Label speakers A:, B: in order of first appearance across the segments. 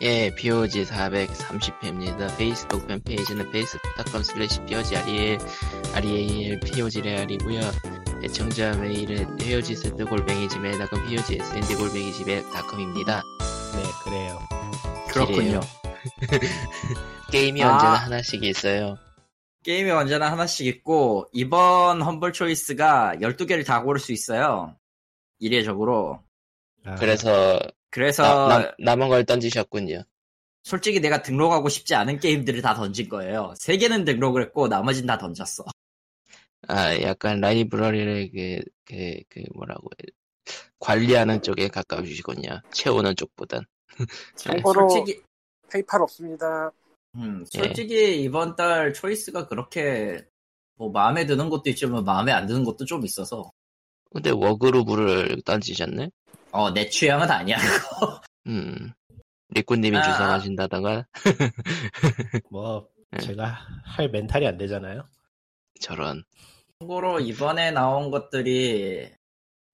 A: 예, POG 430회입니다. 페이스북 팬페이지는 facebook.com slash POG REL, REL, POG 레알이고요 애청자 메일은 헤어지 세트 골뱅이 지메일.com, POG SND 골뱅이 지메일.com입니다.
B: 네, 그래요.
A: 그렇군요. 게임이
B: 아.
A: 언제나 하나씩 있어요.
B: 게임이 언제나 하나씩 있고, 이번 험블 초이스가 12개를 다 고를 수 있어요. 이례적으로.
C: 아,
A: 그래서,
B: 아. 그래서,
A: 나, 남, 은걸 던지셨군요.
B: 솔직히 내가 등록하고 싶지 않은 게임들을 다 던진 거예요. 3개는 등록을 했고, 나머진 다 던졌어.
A: 아, 약간 라이브러리를 그, 그, 그 뭐라고, 해야- 관리하는 쪽에 가까우시군요. 채우는 쪽보단.
D: 참고로-
B: 솔직히,
D: 페이팔 없습니다.
B: 음,
A: 예.
B: 솔직히 이번 달 초이스가 그렇게, 뭐, 마음에 드는 것도 있지만, 마음에 안 드는 것도 좀 있어서.
A: 근데 워그루브를 던지셨네?
B: 어, 내 취향은 아니야.
A: 음. 리꾸님이
B: 아,
A: 주선하신다던가
C: 뭐
A: 네.
C: 제가 할 멘탈이 안 되잖아요.
A: 저런.
B: 참고로 이번에 나온 것들이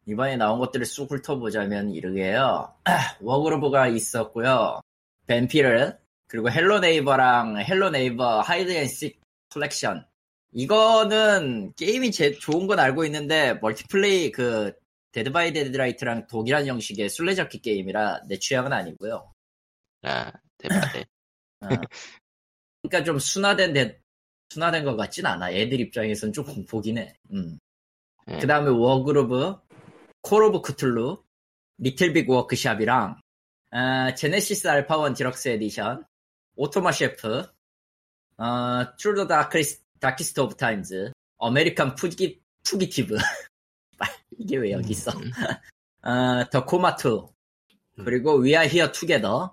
B: 이번에 나온 것들을 쑥 훑어보자면 이르게요. 워그로브가 있었고요. 뱀피를 그리고 헬로 네이버랑 헬로 네이버 하이드 앤식 컬렉션 이거는 게임이 제 좋은 건 알고 있는데 멀티플레이 그 데드 바이 데드라이트랑 동일한 형식의 술래잡기 게임이라 내 취향은 아니고요.
A: 아, 대박대.
B: 어. 그러니까 좀 순화된 데- 순화된 것 같진 않아. 애들 입장에선 좀 공포긴 해. 음.
A: 예.
B: 그 다음에 워그루브, 콜 오브 쿠툴루, 리틀빅 워크샵이랑 아, 제네시스 알파원 디럭스 에디션, 오토마 셰프, 어, 트루더 다크리스, 다키스트 오브 타임즈, 아메리칸 푸기, 푸기티브. 아, 이게 왜 여기 있어?
A: 음.
B: 어, 더 코마투, 그리고 We Are Here Together,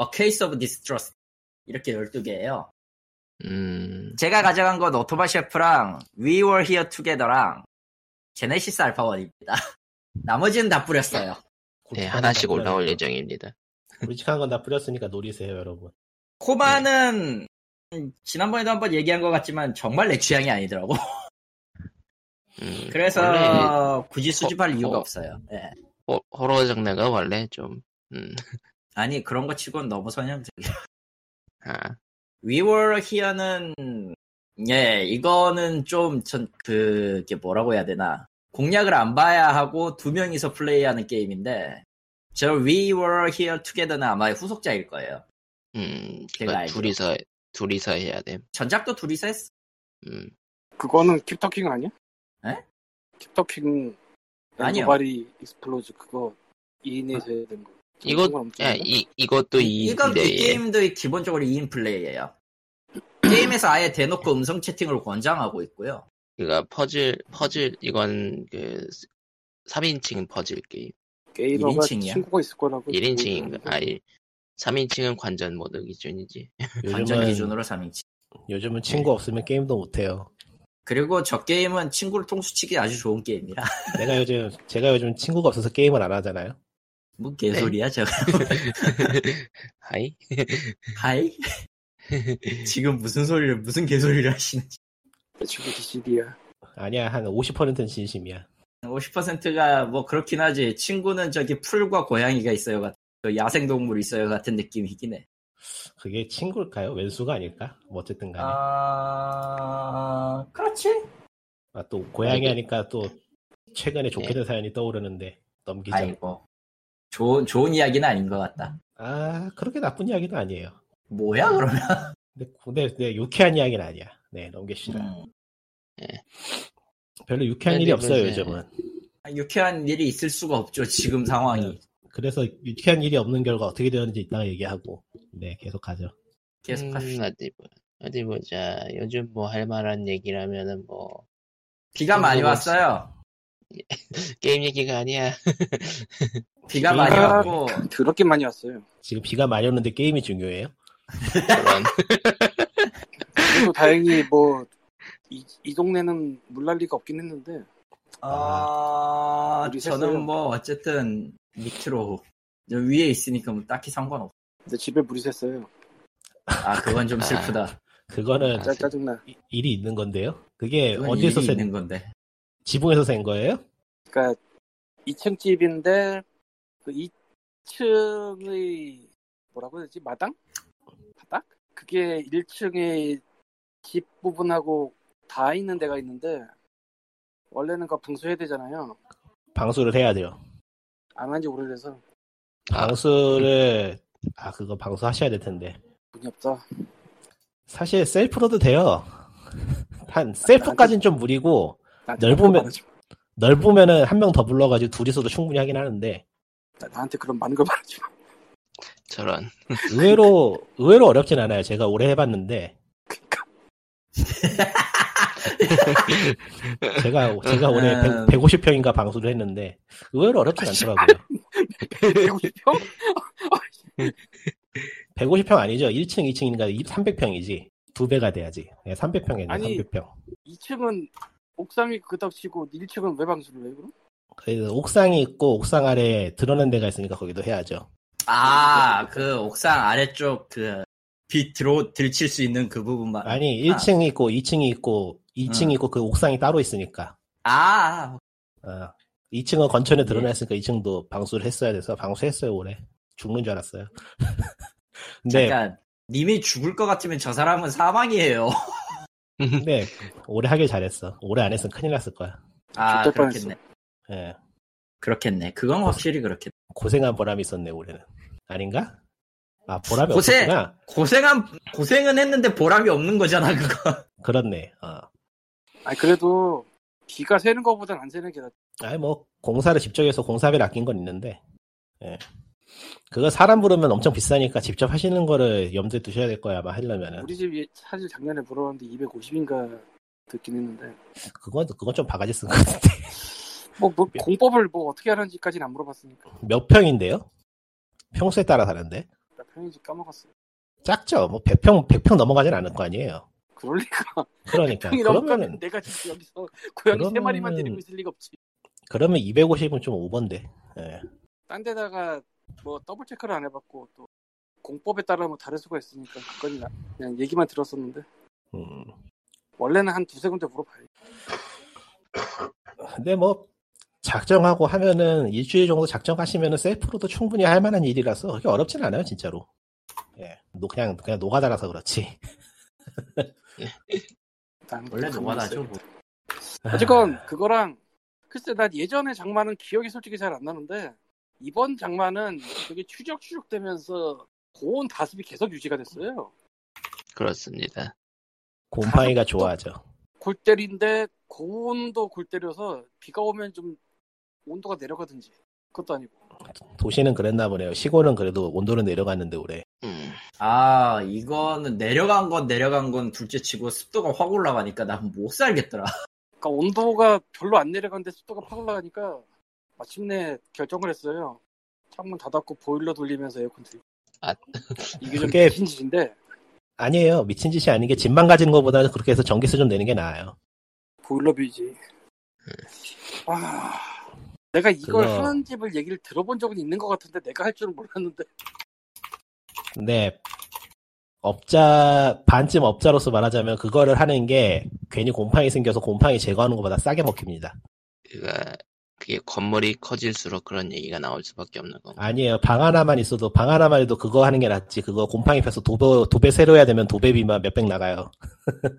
B: A Case of Distrust. 이렇게 12개예요.
A: 음.
B: 제가 가져간 건 오토바 셰프랑 We Were Here Together랑 제네시스 알파원입니다. 나머지는 다 뿌렸어요.
A: 네, 하나씩 올라올 예정입니다.
C: 굵직한 건 다 뿌렸으니까 노리세요, 여러분.
B: 코바는 음, 지난번에도 한번 얘기한 것 같지만 정말 내 취향이 아니더라고.
A: 음.
B: 그래서
A: 원래
B: 굳이 수집할 이유가
A: 어.
B: 없어요. 예.
A: 호, 호러 장르가 원래 좀 음.
B: 아니 그런 거 치곤 너무 선형적.
A: 아,
B: We Were Here는 예 이거는 좀 전 그게 뭐라고 해야 되나 공략을 안 봐야 하고 두 명이서 플레이하는 게임인데 저 We Were Here Together는 아마 후속작일 거예요.
A: 음.
B: 제가
A: 그러니까
B: 알기로.
A: 둘이서 둘이서 해야 돼.
B: 전작도 둘이서 했어.
A: 음.
D: 그거는 킵터킹 아니야?
B: 에?
D: 킵터킹
B: 아니요.
D: 바리 익스플로즈 그거 2인에서 해야 된 거.
A: 이거-
D: 상관없지
A: 야,
D: 않나?
A: 이 이것도 이
B: 이건 그
A: 인데, 예.
B: 게임도 기본적으로 2인 플레이예요. 게임에서 아예 대놓고 음성 채팅을 권장하고 있고요.
A: 그러니까 퍼즐 퍼즐 이건 그 3인칭 퍼즐 게임.
D: 게이머가
B: 1인칭 이야?
D: 친구가 있을
B: 그
D: 거라고.
A: 1인칭인가? 아, 3인칭은 관전 모드 기준이지.
B: 관전
C: 요즘은
B: 기준으로 3인칭.
C: 요즘은
A: 네.
C: 친구 없으면 게임도 못 해요.
B: 그리고 저 게임은 친구를 통수치기 아주 좋은 게임이라.
C: 내가 요즘 제가 요즘 친구가 없어서 게임을 안 하잖아요.
B: 뭐 개소리야 저.
A: 하이.
B: 하이? 지금 무슨 소리를, 무슨 개소리를 하시는지.
D: 내 친구 DCD야.
C: 아니야, 한 50%는 진심이야.
B: 50%가 뭐 그렇긴 하지. 친구는 저기 풀과 고양이가 있어요. 같- 그 야생동물 있어요. 같은 느낌이긴 해.
C: 그게 친구일까요? 왼수가 아닐까? 뭐 어쨌든 간에. 아,
B: 아, 네. 그렇지.
C: 아, 또 고양이
A: 이게-
C: 하니까 그 네. 또 최근에 좋게 된 사연이 떠오르는데 넘기자.
B: 아이고. 뭐, 좋은, 좋은 이야기는 아닌 것 같다.
C: 아, 그렇게 나쁜 이야기는 아니에요.
B: 뭐야, 그러면?
C: 근데, 근데, 근데 유쾌한 이야기는 아니야. 네, 넘깁시다.
B: 음.
C: 별로 유쾌한 일이
A: 네,
C: 없어요,
A: 네.
C: 요즘은.
B: 유쾌한 일이 있을 수가 없죠. 지금 상황이.
C: 그래서 유쾌한 일이 없는 결과 어떻게 되는지 이따가 얘기하고 네 계속 가죠
B: 계속 합시다.
A: 음, 어디 보- 어디 보자. 요즘 뭐 할 만한 얘기라면은 뭐
B: 비가 많이
A: 음,
B: 왔어요.
A: 게임 얘기가 아니야.
B: 비가 많이
D: 비가-
B: 왔고.
D: 더럽게 많이 왔어요.
C: 지금 비가 많이 오는데 게임이 중요해요?
A: 그런.
D: 그래도 다행히 뭐, 이, 이 동네는 물날 리가 없긴 했는데,
B: 아,
D: 우리 셋은-
B: 저는 뭐 어쨌든 밑으로 저 위에 있으니까 뭐 딱히 상관없.
D: 근데 집에 물이 샜어요.
B: 아 그건 좀
A: 아,
B: 슬프다.
C: 그거는
A: 네.
D: 짜, 짜증나.
C: 이- 일이 있는 건데요 그게
B: 그러니까. 그건
C: 어디에서
B: 일이
C: 센
B: 있는 건데.
C: 지붕에서 센 거예요?
D: 그러니까 2층 집인데, 그 2층의 뭐라고 해야 되지 마당 바닥 그게 1층에 집 부분하고 다 있는 데가 있는데 원래는 그거 방수해야 되잖아요
C: 방수를 해야 돼요.
D: 안 한 지 오래돼서
A: 아.
C: 방수를 아 그거 방수 하셔야 될 텐데.
D: 문이 없다
C: 사실 셀프로도 돼요. 한 셀프까진 좀 무리고
D: 나한테
C: 넓으면-
D: 많은 걸 말하지 마.
C: 넓으면은 한 명 더 불러가지고 둘이서도 충분히 하긴 하는데
D: 나- 나한테 그런 많은 걸 말하지 마
A: 저런.
C: 의외로 의외로 어렵진 않아요. 제가 오래 해봤는데
D: 그러니까
C: 제가 제가 올해
B: 음.
C: 1 5 0평인가 방수를 했는데 의외로 어렵진
D: 아,
C: 않더라고요.
D: 150평?
C: 150평 아니죠? 1층, 2층인가 300평이지. 두 배가 돼야지. 예, 300평이네,
D: 아니.
C: 300평.
D: 2층은 옥상이 그닥치고 1층은 왜 방수를 해 그럼?
C: 그래서 옥상이 있고 옥상 아래에 드러난 데가 있으니까 거기도 해야죠.
B: 아, 그 옥상 아래쪽 그빛 들어 들칠 수 있는 그 부분만.
C: 아니, 1층이 있고 2층이 있고 2층이
B: 음.
C: 있고 그 옥상이 따로 있으니까.
B: 아,
C: 어. 2층은
B: 예.
C: 건천에 드러나 있으니까 2층도 방수를 했어야 돼서 방수했어요, 올해. 죽는 줄 알았어요. 근데,
B: 잠깐. 님이 죽을 것 같으면 저 사람은 사망이에요.
C: 근데 올해 하길 잘했어. 올해 안 했으면 큰일 났을 거야.
B: 아,
D: 죽을 뻔했어.
B: 그렇겠네.
C: 예.
B: 그렇겠네. 그건 확실히 그렇겠네.
C: 고생한 보람이 있었네, 올해는. 아닌가? 아, 보람이
B: 고생!
C: 없었구나.
B: 고생한 고생은 했는데 보람이 없는 거잖아, 그거.
C: 그렇네. 어.
D: 아니 그래도 기가 새는 거보단 안 새는 게 낫.
C: 아니 뭐 공사를 직접 해서 공사비를 아낀 건 있는데 예. 그거 사람 부르면 엄청 비싸니까 직접 하시는 거를 염두에 두셔야 될 거야 아마 하려면은
D: 우리 집이 사실 작년에 물어봤는데 250인가 듣긴 했는데
C: 그건 그건 좀 바가지 쓴 것 같은데
D: 뭐, 뭐 공법을 뭐 어떻게 하는지까지는 안 물어봤으니까
C: 몇 평인데요? 평수에 따라 다른데
D: 나 편의점 까먹었어
C: 작죠 뭐 100평 100평 넘어가진 않을 거 아니에요
D: 그럴 리가
C: 그러니까
D: 형이라고
C: 그러면은
D: 하면 내가 지금 여기서 고양이 세
C: 그러면은-
D: 마리만 데리고 있을 리가 없지
C: 그러면 250은 좀 오버인데 예.
D: 딴 데다가 뭐 더블 체크를 안 해봤고 또 공법에 따라 뭐 다를 수가 있으니까 그건 나- 그냥 얘기만 들었었는데
C: 음.
D: 원래는 한 두세 군데 물어봐요
C: 근데 뭐 작정하고 하면은 일주일 정도 작정하시면은 셀프로도 충분히 할 만한 일이라서 그게 어렵진 않아요 진짜로. 예, 노- 그냥 그냥 노가다라서 그렇지.
D: 난
B: 원래
D: 가만히
B: 노가다죠.
D: 있어야겠다.
B: 뭐.
D: 어쨌건 그거랑 글쎄 난 예전의 장마는 기억이 솔직히 잘 안 나는데 이번 장마는 되게 추적 추적되면서 고온 다습이 계속 유지가 됐어요.
A: 그렇습니다.
C: 곰팡이가 좋아하죠.
D: 골때리인데 고온도 골때려서 비가 오면 좀 온도가 내려가든지 그것도 아니고
C: 도시는 그랬나 보네요. 시골은 그래도 온도는 내려갔는데 올해.
A: 음.
B: 아, 이거는 내려간 건 내려간 건 둘째치고 습도가 확 올라가니까 난 못 살겠더라.
D: 그러니까 온도가 별로 안 내려가는데 습도가 팍 올라가니까 마침내 결정을 했어요. 창문 닫았고 보일러 돌리면서 에어컨 틀고
A: 아.
D: 이게 좀
C: 그게-
D: 미친 짓인데
C: 아니에요. 미친 짓이 아닌 게 집만 가진 것보다는 그렇게 해서 전기세 좀 내는 게 나아요.
D: 보일러비지.
B: 음.
D: 아, 내가 이걸
C: 그거-
D: 하는 집을 얘기를 들어본 적은 있는 것 같은데 내가 할 줄은 몰랐는데
C: 근데 네. 업자 반쯤 업자로서 말하자면 그거를 하는 게 괜히 곰팡이 생겨서 곰팡이 제거하는 것보다 싸게 먹힙니다.
A: 그가 그게 건물이 커질수록 그런 얘기가 나올 수밖에 없는 건가.
C: 아니에요. 방 하나만 있어도 방 하나만 해도 그거 하는 게 낫지. 그거 곰팡이 펴서 도배 도배 새로 해야 되면 도배비만 몇백 나가요.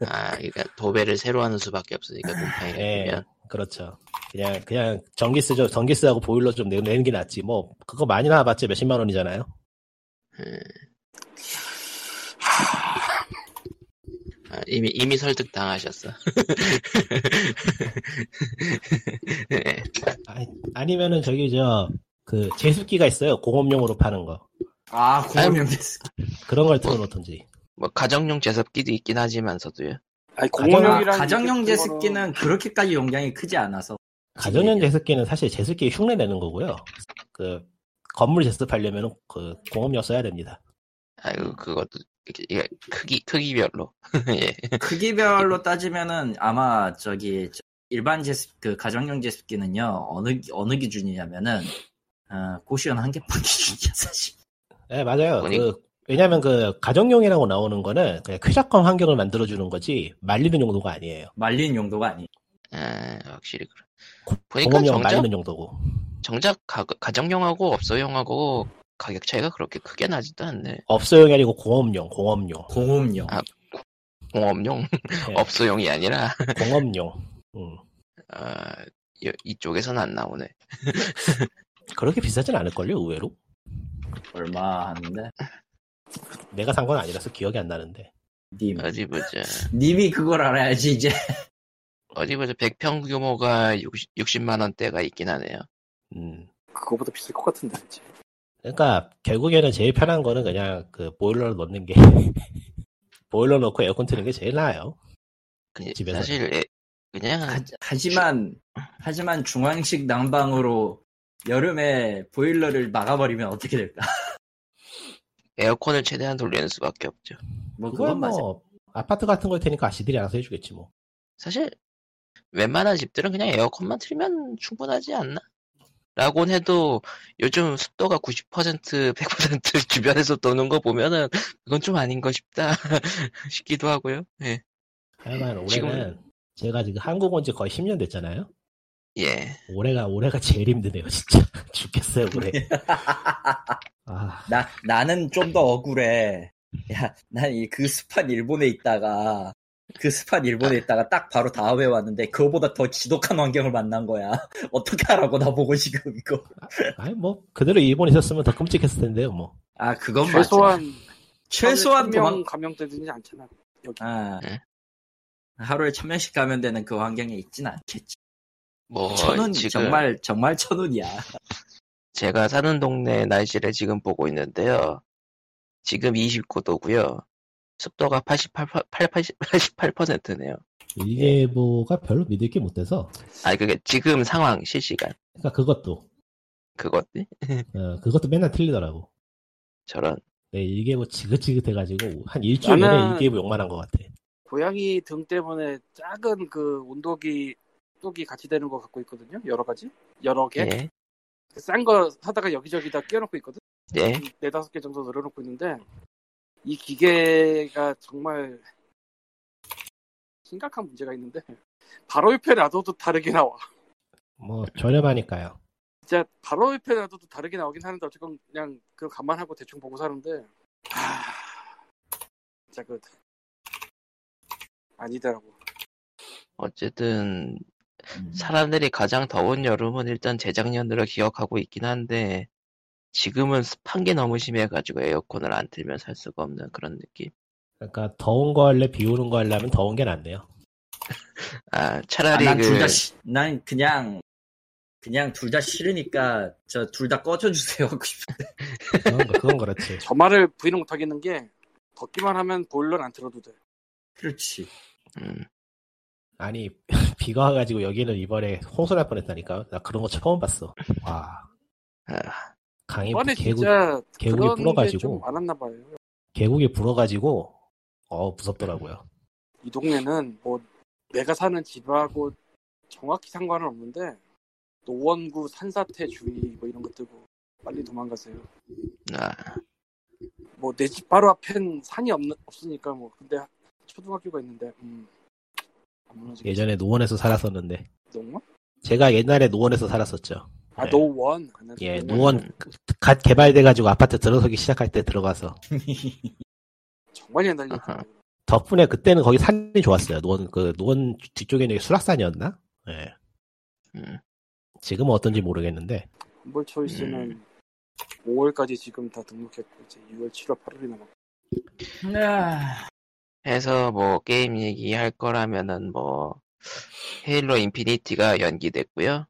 A: 아, 그러니까 도배를 새로 하는 수밖에 없으니까 곰팡이가
C: 예,
A: 되면.
C: 그렇죠. 그냥 그냥 전기세 좀 전기세하고 보일러 좀 내- 내는 게 낫지. 뭐 그거 많이 나와봤자 몇십만 원이잖아요.
A: 음. 아, 이미 이미 설득 당하셨어. 예.
C: 아, 니면은 저기 저 그 제습기가 있어요. 공업용으로 파는 거
B: 아, 고명
C: 그런 걸 틀어놓던지.
A: 뭐 가정용 제습기도 있긴 하지만서도요.
B: 아,
D: 아니 공원형이랑
B: 가정용 제습기는 그렇게까지 용량이 크지 않아서.
C: 가정용 제습기는 사실 제습기 흉내 내는 거고요. 그 건물 제습하려면 그 공업용 써야 됩니다.
A: 아이고 그것도 이게- 이게 크기 크기별로 예.
B: 크기별로 따지면은 아마 저기 저- 일반 제습 그 가정용 제습기는요 어느 기- 어느 기준이냐면은 어, 고시원 한 개판 기준이야 사실.
C: 네 맞아요.
A: 보니-
C: 그 왜냐하면 그 가정용이라고 나오는 거는 그냥 쾌적한 환경을 만들어 주는 거지 말리는 용도가 아니에요.
B: 말린 용도가 아니.
A: 아, 확실히 그래.
C: 고-
A: 보니까
C: 공업용
A: 그러니까 정작
C: 말리는 용도고.
A: 정작 가, 가정용하고 업소용하고 가격 차이가 그렇게 크게 나지도 않네.
C: 업소용이 아니고 공업용, 공업용.
B: 공업용.
A: 아, 공업용
C: 예,
A: 업소용이 아니라
C: 공업용. 음.
A: 아, 여- 이쪽에선 안 나오네.
C: 그렇게 비싸진 않을걸요, 의외로?
B: 얼마 하는데?
C: 내가 산 건 아니라서 기억이 안 나는데.
B: 님.
C: 음. 아.
A: 어디 보자.
B: 님이 그걸 알아야지 이제.
A: 어디 보자. 100평 규모가 60, 만 원대가 있긴 하네요.
C: 음.
D: 그거보다 비쌀 것 같은데 왠지.
C: 그러니까, 결국에는 제일 편한 거는 그냥 그 보일러를 넣는 게. 보일러 넣고 에어컨 트는 게 제일 나아요.
A: 그-
C: 집에서.
A: 사실 애-
C: 아.
A: 그냥
B: 하, 지만 하지만 중앙식 난방으로 여름에 보일러를 막아버리면 어떻게 될까?
A: 에어컨을 최대한 돌리는 수밖에 없죠.
B: 뭐
C: 그건
B: 그건 맞아.
C: 뭐, 아파트 같은 걸 테니까 아시들이 알아서 해주겠지 뭐.
A: 사실 웬만한 집들은 그냥 에어컨만 틀면 충분하지 않나? 라곤 해도 요즘 습도가 90% 100% 주변에서 도는 거 보면은 그건 좀 아닌 거 싶다 싶기도 하고요. 예.
C: 하여간 올해는
A: 지금은-
C: 제가 지금 한국 온 지 거의 10년 됐잖아요.
A: 예.
C: 올해가 올해가 제일 힘드네요, 진짜. 죽겠어요, 올해. 아,
B: 나 나는 좀 더 억울해. 야, 난 이 그 습한 일본에 있다가 그 습한 일본에 있다가 딱 바로 다음에 왔는데 그거보다 더 지독한 환경을 만난 거야. 어떻게 하라고 나보고 지금 이거.
C: 아니 뭐 그대로 일본에 있었으면 더 끔찍했을 텐데요, 뭐.
B: 아, 그건 맞아.
D: 최소한
B: 최소한 도망
D: 명 감염되든지 않잖아. 여기
B: 아.
A: 네.
B: 하루에 천 명씩 가면 되는 그 환경에 있진 않겠지.
A: 뭐
B: 천원
A: 지금
B: 정말 정말 천 원이야.
A: 제가 사는 동네 날씨를 지금 보고 있는데요. 지금 29도고요. 습도가 88, 88, 88%네요.
C: 일기예보가 별로 믿을 게 못돼서.
A: 아니 그게 지금 상황 실시간
C: 그러니까 그것도
A: 그것
C: 어, 그것도 맨날 틀리더라고.
A: 저런
C: 내 일기예보 지긋지긋해가지고 한 일주일 내내
D: 나는-
C: 일기예보 욕만 한 것 같아.
D: 고양이 등 때문에 작은 그 온도기 똑이 같이 되는 거 갖고 있거든요. 여러 가지 여러 개.
A: 예.
D: 싼 거 사다가 여기저기 다 끼워놓고 있거든.
A: 예.
D: 한 네다섯 개 정도 늘어놓고 있는데 이 기계가 정말 심각한 문제가 있는데 바로 옆에 놔둬도 다르게 나와.
C: 뭐 저렴하니까요.
D: 진짜 바로 옆에 놔둬도 다르게 나오긴 하는데 어쨌건 그냥 그 감안하고 대충 보고 사는데 하... 진짜 그 아니더라고.
A: 어쨌든 음.
B: 음.
A: 사람들이 가장 더운 여름은 일단 재작년으로 기억하고 있긴 한데 지금은 습한 게 너무 심해가지고 에어컨을 안 틀면 살 수가 없는 그런 느낌.
C: 그러니까 더운 거 할래 비 오는 거 할려면 더운 게 낫네요.
A: 아
B: 아,
A: 차라리
B: 난
A: 그
B: 둘 다 싫. 난 그냥 그냥 둘 다 싫으니까 저 둘 다 꺼져주세요. 하고 싶어.
C: 그건, 거- 그건 그렇지.
D: 저 말을 부인을 못하겠는 게 덥기만 하면 보일러는 안 틀어도 돼.
B: 그렇지.
A: 음,
C: 아니 비가 와가지고 여기는 이번에 홍수 날 뻔했다니까. 나 그런 거 처음 봤어. 와.
A: 아.
C: 강이
D: 이번에
C: 뭐 개구
D: 진짜
C: 계곡이
D: 그런
C: 불어가지고.
D: 게 좀 많았나 봐요.
C: 계곡이 불어가지고 어 무섭더라고요.
D: 이 동네는 뭐 내가 사는 집하고 정확히 상관은 없는데 노원구 산사태 주의 뭐 이런 것 뜨고 빨리 도망가세요.
A: 아,
D: 뭐 내 집 바로 앞엔 산이 없, 없으니까 뭐 근데 초등학교가 있는데 음. 안 무너지겠지.
C: 예전에 노원에서 살았었는데
D: 노원?
C: 제가 옛날에 노원에서 살았었죠.
D: 아
C: 네.
D: 노원. 아, 나
C: 예,
D: 노원.
C: 노원 갓 개발돼가지고 아파트 들어서기 시작할 때 들어가서
D: 정말 옛날 얘기.
A: 아하.
C: 덕분에 그때는 거기 산이 좋았어요. 노원 그 노원 뒤쪽에 있는 게 수락산이었나? 예.
A: 음.
C: 지금은 어떤지 모르겠는데
D: 건볼 초이스는
C: 음.
D: 5월까지 지금 다 등록했고 이제 6월, 7월, 8월이 남았고
B: 아,
A: 해서 뭐 게임 얘기할 거라면은 뭐 헤일로 인피니티가 연기됐고요.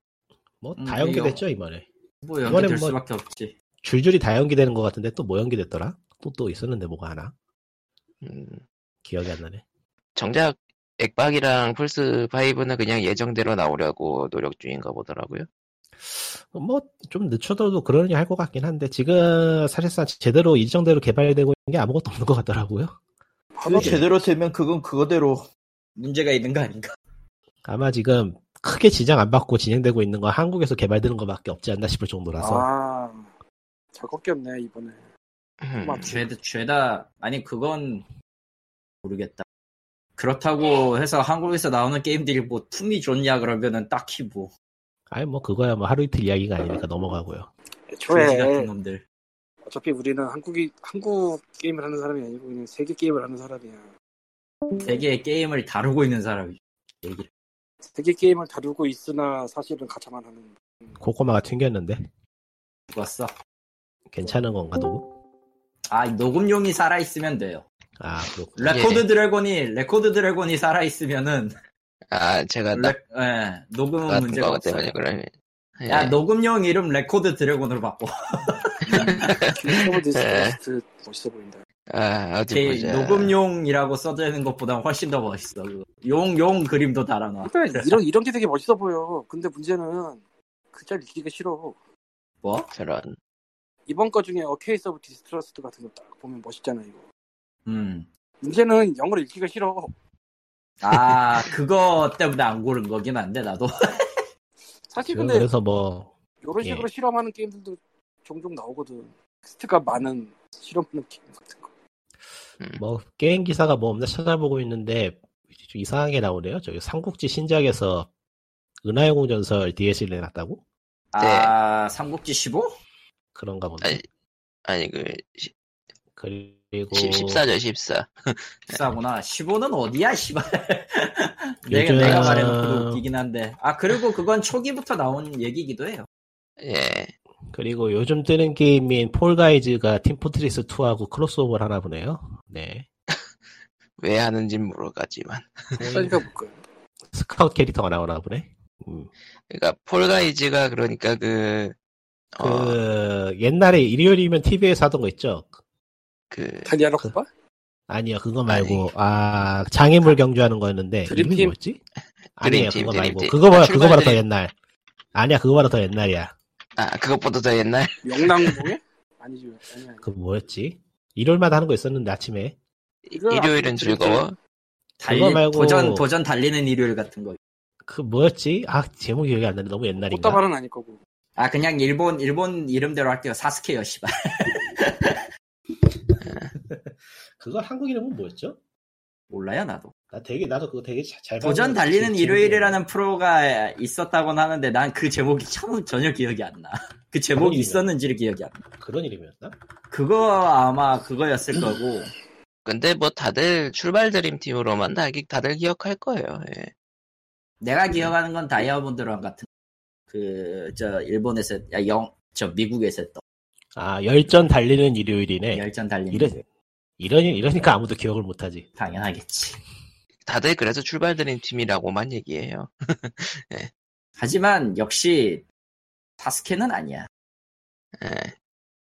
C: 뭐
B: 음,
C: 다 연기됐죠
B: 이거-
C: 이번에
B: 뭐
C: 이번엔
B: 연결될
C: 뭐-
B: 수밖에 없지.
C: 줄줄이 다 연기되는 것 같은데 또 뭐 연기됐더라? 또 또 있었는데 뭐가 하나
A: 음,
C: 기억이 안 나네.
A: 정작 액박이랑 플스 5는 그냥 예정대로 나오려고 노력 중인가 보더라고요.
C: 뭐 좀 늦춰도 그러니 할 것 같긴 한데 지금 사실상 제대로 일정대로 개발되고 있는 게 아무것도 없는 것 같더라고요.
D: 바로
C: 예. 제대로
B: 되면 그건 그거대로 문제가 있는 거 아닌가?
C: 아마 지금 크게 지장 안 받고 진행되고 있는 건 한국에서 개발되는 것밖에 없지 않나 싶을 정도라서
D: 아, 잘 꺾였네 이번에.
A: 음,
D: 맞-
B: 죄다 죄다 아니 그건 모르겠다. 그렇다고 해서 한국에서 나오는 게임들이 뭐 품이 좋냐 그러면은 딱히 뭐
C: 아니 뭐 그거야 뭐 하루 이틀 이야기가 아니니까 넘어가고요
D: 애초에
B: 조지 같은 놈들.
D: 어차피 우리는 한국이 한국 게임을 하는 사람이 아니고 그냥 세계 게임을 하는 사람이야.
B: 세계의 게임을 다루고 있는 사람이죠. 얘기를.
D: 세계 게임을 다루고 있으나 사실은 가차만 하는.
C: 코코마가 튕겼는데
B: 죽었어.
C: 괜찮은 건가 녹음?
B: 아, 녹음용이 살아있으면 돼요.
C: 아 그렇군.
A: 예.
B: 레코드 드래곤이, 레코드 드래곤이 살아있으면은,
A: 아 제가
B: 레, 예, 녹음은
A: 나쁜
B: 문제가
A: 거
B: 없어요.
A: 때문에 그러면 예.
B: 야, 녹음용 이름 레코드 드래곤으로 바꿔.
D: 큐브
C: 네.
D: 디스트 그 멋있어 보인다.
A: 아 어디
B: 오케이,
A: 보자
B: 녹음용이라고 써져 있는 것보다 훨씬 더 멋있어. 그거. 용, 용 그림도 달아놔.
D: 그러니까 이런 이런 게 되게 멋있어 보여. 근데 문제는 글자를 읽기가 싫어.
B: 뭐?
A: 저런
D: 이번 거 중에 A Case of Distrust 같은 거 딱 보면 멋있잖아 이거.
B: 음.
D: 문제는 영어로 읽기가 싫어.
B: 아, 그거 때문에 안 고른 거긴 한데, 나도.
D: 사실
C: 지금
D: 근데
C: 그래서 뭐
D: 이런 식으로 실험하는 게임들도 종종 나오거든. 텍스트가 많은 실험하는 게임 같은
C: 음.
D: 거.
C: 뭐 게임 기사가 뭐 없나 찾아보고 있는데 좀 이상하게 나오네요. 저기 삼국지 신작에서 은하의 공전설 DLC를 내놨다고?
A: 네.
B: 아, 삼국지 15?
C: 그런가 보네.
A: 아니. 아니 그 시,
C: 그리고
A: 14죠 14
B: 14구나. 15는 어디야, 씨발. 내가,
C: 요즘- 아,
B: 내가 말해놓고도 웃기긴 한데. 아, 그리고 그건 초기부터 나온 얘기기도 해요.
A: 예
C: 그리고 요즘 뜨는 게임인 폴가이즈가 팀포트리스 2하고 크로스오버를 하나 보네요. 네.
A: 왜 하는진 모르겠지만
D: 그러니까 뭘까요?
C: 스카웃 캐릭터가 나오나 보네. 음.
A: 그러니까 폴가이즈가 그러니까 그
C: 그
A: 어,
C: 옛날에 일요일이면 TV에서 하던 거 있죠.
A: 그,
D: 이탈리아나
C: 그-
D: 쿠바?
C: 아니요 그거 말고 아 장애물 경주하는 거였는데
D: 드림팀?
C: 이름이 뭐였지? 아니야
A: 드림팀,
C: 그거 말고
A: 드림팀.
C: 그거 봐라
A: 아,
C: 그거 봐라 더
A: 출발들이-
C: 옛날 아니야 그거 봐라 더 옛날이야
A: 아 그것보다 더 옛날
D: 명랑봉에? 아니죠. 아니 아니.
C: 그 뭐였지? 일요일마다 하는 거 있었는데 아침에
D: 이거
A: 일요일은
D: 앞으로
A: 즐거워
B: 달리,
C: 그거 말고-
B: 도전, 도전 달리는 일요일 같은 거.
C: 그 뭐였지? 아 제목 기억이 안 나는데 너무 옛날인가?
D: 꽃다발은 아닐 거고.
B: 아, 그냥 일본, 일본 이름대로 할게요. 사스케요, 씨발.
C: 그거 한국 이름은 뭐였죠?
B: 몰라요, 나도.
C: 나 되게 나도 그거 되게 자- 잘
B: 도전
C: 봤는데
B: 달리는
C: 제목이
B: 일요일이라는 프로가 있었다곤 하는데 난 그 제목이 참 전혀 기억이 안 나. 그 제목이 있었는지를 기억이 안 나.
C: 그런 이름이었나?
B: 그거 아마 그거였을 거고.
A: 근데 뭐 다들 출발 드림팀으로만 다, 기- 다들 기억할 거예요 예.
B: 내가 기억하는 건 다이아몬드랑 같은 그 저 일본에서 야, 영, 저 미국에서 했던
C: 아 열전 달리는 일요일이네.
B: 열전 달리는
C: 이래-
B: 일요일.
C: 이러니 이러니까 아무도 기억을 못하지.
B: 당연하겠지.
A: 다들 그래서 출발 드림팀이라고만 얘기해요 뭐
B: 하지만 역시 사스케는 아니야.
A: 예.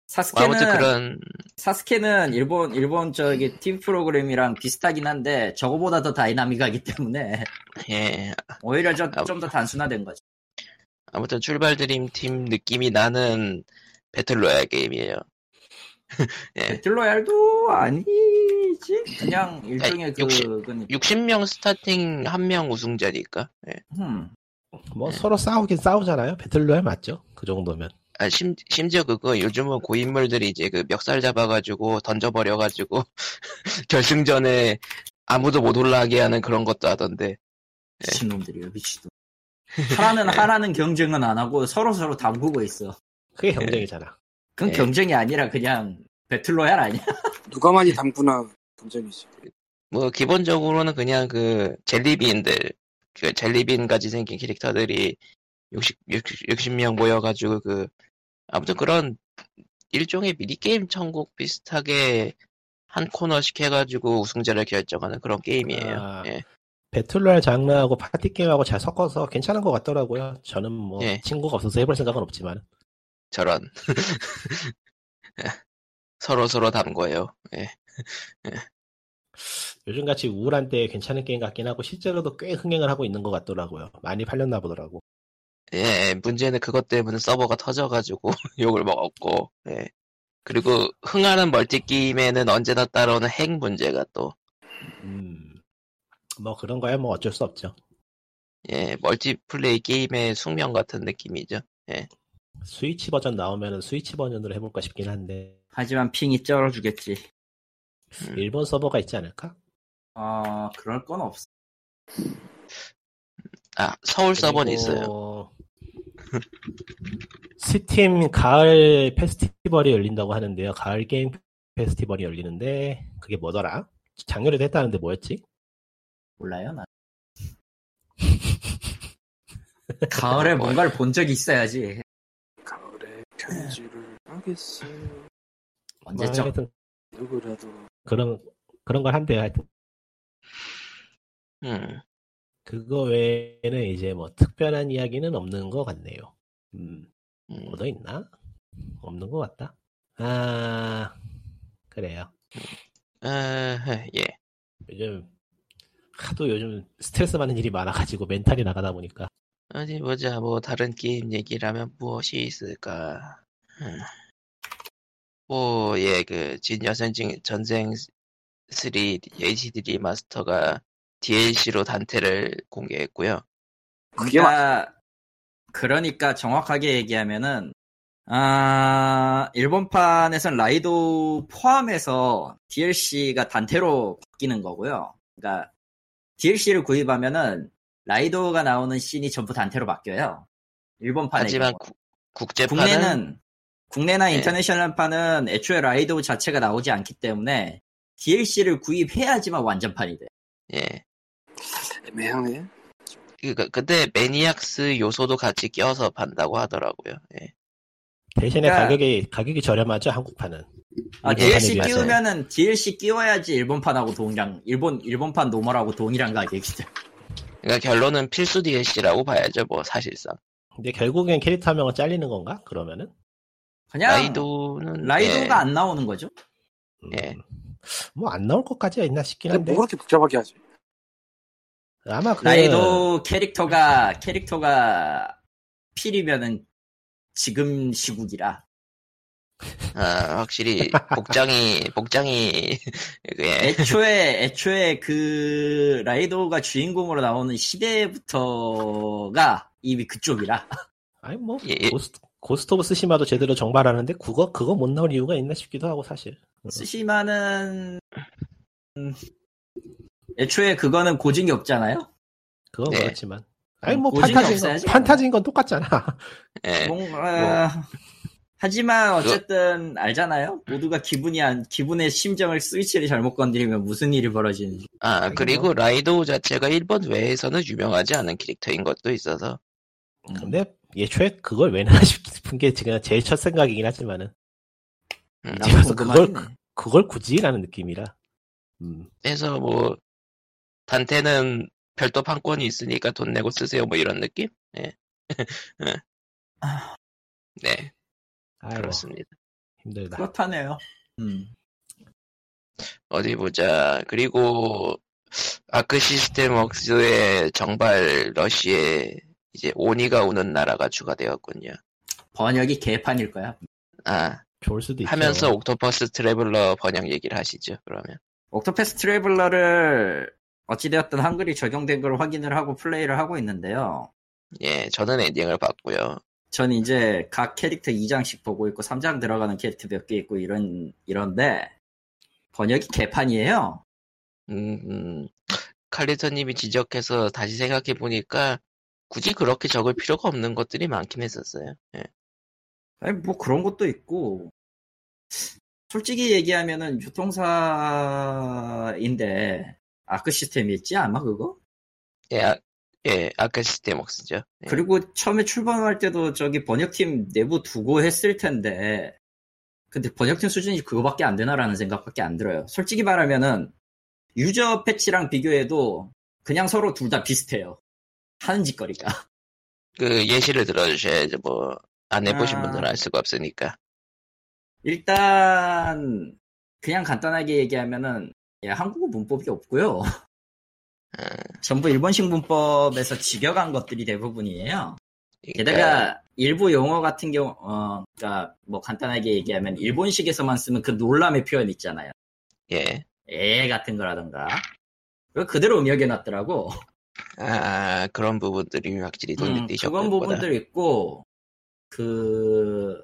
B: 사스케는
A: 아무튼 그런
B: 사스케는 일본 일본 저기 팀 프로그램이랑 비슷하긴 한데 저거보다 더 다이나믹하기 때문에
A: 예
B: 오히려 좀 더 단순화된 거죠.
A: 아무튼 출발 드림팀 느낌이 나는 배틀로얄 게임이에요 네.
B: 배틀로얄도 아니지. 그냥 일종의 그
A: 네, 육십-
B: 그니-
A: 60명 스타팅 한 명 우승자니까 예.
B: 음.
C: 뭐 서로 싸우긴 싸우잖아요. 배틀로얄 맞죠? 그 정도면.
A: 아, 심, 심지어 그거 요즘은 고인물들이 이제 그 멱살 잡아가지고 던져버려가지고 결승전에 아무도 못 올라가게 하는 그런 것도 하던데
B: 미친놈들이에요, 미친놈. 하라는, 하라는 경쟁은 안 하고 서로서로 담그고 있어.
C: 그게
B: 네.
C: 경쟁이잖아.
B: 그건
A: 예.
B: 경쟁이 아니라 그냥 배틀로얄 아니야?
D: 누가 많이 담구나 분쟁이지.
A: 뭐 기본적으로는 그냥 그 젤리빈들 그 젤리빈까지 생긴 캐릭터들이 60, 60, 60명 모여가지고 그 아무튼 그런 일종의 미니게임 천국 비슷하게 한 코너씩 해가지고 우승자를 결정하는 그런 게임이에요
C: 아.
A: 예.
C: 배틀로얄 장르하고 파티 게임하고 잘 섞어서 괜찮은 것 같더라고요. 저는 뭐
B: 네.
A: 예.
C: 친구가 없어서 해볼 생각은 없지만
A: 저런 서로 서로 담궈요. 예.
C: 요즘같이 우울한 때에 괜찮은 게임 같긴 하고 실제로도 꽤 흥행을 하고 있는 것 같더라고요. 많이 팔렸나 보더라고.
A: 예, 문제는 그것 때문에 서버가 터져가지고 욕을 먹었고, 예. 그리고 흥하는 멀티 게임에는 언제나 따라오는 핵 문제가 또,
C: 음, 뭐 그런 거야 뭐 어쩔 수 없죠.
A: 예, 멀티플레이 게임의 숙명 같은 느낌이죠.
C: 스위치 버전 나오면은 스위치 버전으로 해볼까 싶긴 한데
B: 하지만 핑이 쩔어주겠지.
A: 음.
C: 일본 서버가 있지 않을까?
B: 어, 그럴 건 없어.
A: 아, 서울 서버는 있어요.
C: 그리고 스팀 가을 페스티벌이 열린다고 하는데요. 가을 게임 페스티벌이 열리는데 그게 뭐더라? 작년에도 했다는데 뭐였지?
B: 몰라요 나. 가을에
A: 뭐.
B: 뭔가를 본 적이 있어야지.
D: 가을에 편지를 하겠어
C: 뭐
B: 언제적?
C: 하여튼
D: 누구라도
C: 그런 그런 걸 한대요. 하여튼
A: 음.
C: 그거 외에는 이제 뭐 특별한 이야기는 없는 것 같네요. 음,
A: 음.
C: 뭐더 있나? 없는 것 같다. 아 그래요.
A: 아, 예.
C: 요즘 하도 요즘 스트레스 받는 일이 많아가지고 멘탈이 나가다 보니까
A: 어디 보자. 뭐 다른 게임 얘기라면 무엇이 있을까? 음. 뭐, 예, 그, 진여생 전생 3 HD 리마스터가 DLC로 단테를 공개했고요.
D: 그게
B: 그러니까, 그러니까 정확하게 얘기하면은 아 일본판에선 라이도 포함해서 DLC가 단태로 바뀌는 거고요. 그러니까 DLC를 구입하면은 라이도가 나오는 씬이 전부 단태로 바뀌어요. 일본판에
A: 하지만
B: 경우.
A: 구- 국제판은
B: 국내는 국내나
A: 네.
B: 인터내셔널판은 애초에 라이도 자체가 나오지 않기 때문에 DLC를 구입해야지만 완전판이 돼.
A: 예.
D: 애매하네
A: 그니까 근데 매니악스 요소도 같이 껴서 판다고 하더라고요. 예.
C: 대신에
B: 그러니까-
C: 가격이 가격이 저렴하죠 한국판은.
B: 아,
C: 일본판에
B: DLC
C: 비해서.
B: 끼우면은 DLC 끼워야지 일본판하고 동일한 일본 일본판 노멀하고 동일한 가격이죠.
A: 그러니까 결론은 필수 DLC라고 봐야죠. 뭐 사실상
C: 근데 결국엔 캐릭터 한 명은 잘리는 건가? 그러면은
B: 그냥 라이도 네.
A: 라이도는
B: 라이도가
A: 예.
B: 안 나오는 거죠.
A: 예.
C: 음, 뭐 안 나올 것까지가 있나 싶긴
D: 근데
C: 한데
D: 뭐 그렇게 복잡하게 하지
C: 아마 그
B: 라이도 캐릭터가 캐릭터가 필이면은 지금 시국이라
A: 아, 확실히 복장이 복장이
B: 네.
A: 예.
B: 애초에 애초에 그 라이도가 주인공으로 나오는 시대부터가 이미 그쪽이라
C: 아니 뭐
A: 예, 예.
C: 고스트, 고스트 오브 스시마도 제대로 정발하는데 그거 그거 못 나올 이유가 있나 싶기도 하고 사실
B: 스시마는 음, 애초에 그거는 고증이 없잖아요.
C: 그건
A: 네.
C: 그렇지만 아니 뭐
B: 고증이
C: 판타지인 건,
B: 없어야지.
C: 판타지인 건 똑같잖아
A: 예.
B: 뭔가
C: 뭐.
B: 하지만 어쨌든 알잖아요. 모두가 기분이 안 기분의 심정을 스위치를 잘못 건드리면 무슨 일이 벌어지는지.
A: 아, 그리고 라이도 자체가 일본 외에서는 유명하지 않은 캐릭터인 것도 있어서
C: 근데 예초에 그걸 왜 나 싶은 게 지금 제일 첫 생각이긴 하지만은
A: 음,
B: 나도
C: 집에서 그걸
B: 궁금하긴 해.
C: 그걸 굳이라는 느낌이라 음,
A: 그래서 뭐 단테는 별도 판권이 있으니까 돈 내고 쓰세요 뭐 이런 느낌? 예. 네,
C: 아. 아이고
A: 그렇습니다.
C: 힘들다
B: 그렇다네요. 음.
A: 어디 보자. 그리고 아크 시스템 웍스의 정발 러시에 이제 오니가 오는 나라가 추가되었군요.
B: 번역이 개판일 거야.
A: 아,
C: 좋을 수도 있죠
A: 하면서 옥토퍼스 트래블러 번역 얘기를 하시죠. 그러면
B: 옥토패스 트래블러를 어찌되었든 한글이 적용된 걸 확인을 하고 플레이를 하고 있는데요.
A: 예, 저는 엔딩을 봤고요.
B: 전 이제 각 캐릭터 2장씩 보고 있고 3장 들어가는 캐릭터 몇 개 있고 이런 이런데 번역이 개판이에요.
A: 음, 음. 칼리터님이 지적해서 다시 생각해 보니까 굳이 그렇게 적을 필요가 없는 것들이 많긴 했었어요. 예.
B: 아니 뭐 그런 것도 있고 솔직히 얘기하면은 유통사인데 아크 시스템이 있지 아마 그거?
A: 예, 아, 예, 아크 시스템 웍스죠. 예.
B: 그리고 처음에 출범할 때도 저기 번역팀 내부 두고 했을 텐데 근데 번역팀 수준이 그거밖에 안 되나라는 생각밖에 안 들어요. 솔직히 말하면은 유저 패치랑 비교해도 그냥 서로 둘 다 비슷해요. 하는 짓거리가.
A: 그 예시를 들어주셔야죠. 뭐, 안 해보신
B: 아.
A: 분들은 알 수가 없으니까.
B: 일단 그냥 간단하게 얘기하면은 예, 한국어 문법이 없고요.
A: 아, 그러니까
B: 전부 일본식 문법에서 직역한 것들이 대부분이에요.
A: 그러니까
B: 게다가 일부 용어 같은 경우, 어, 그러니까 뭐 간단하게 얘기하면 일본식에서만 쓰면 그 놀람의 표현 있잖아요.
A: 예.
B: 에 같은 거라던가. 그걸 그대로 음역해놨더라고.
A: 아, 그런 부분들이 확실히
B: 음,
A: 돈을 띄셨고.
B: 그건 부분들 있고 그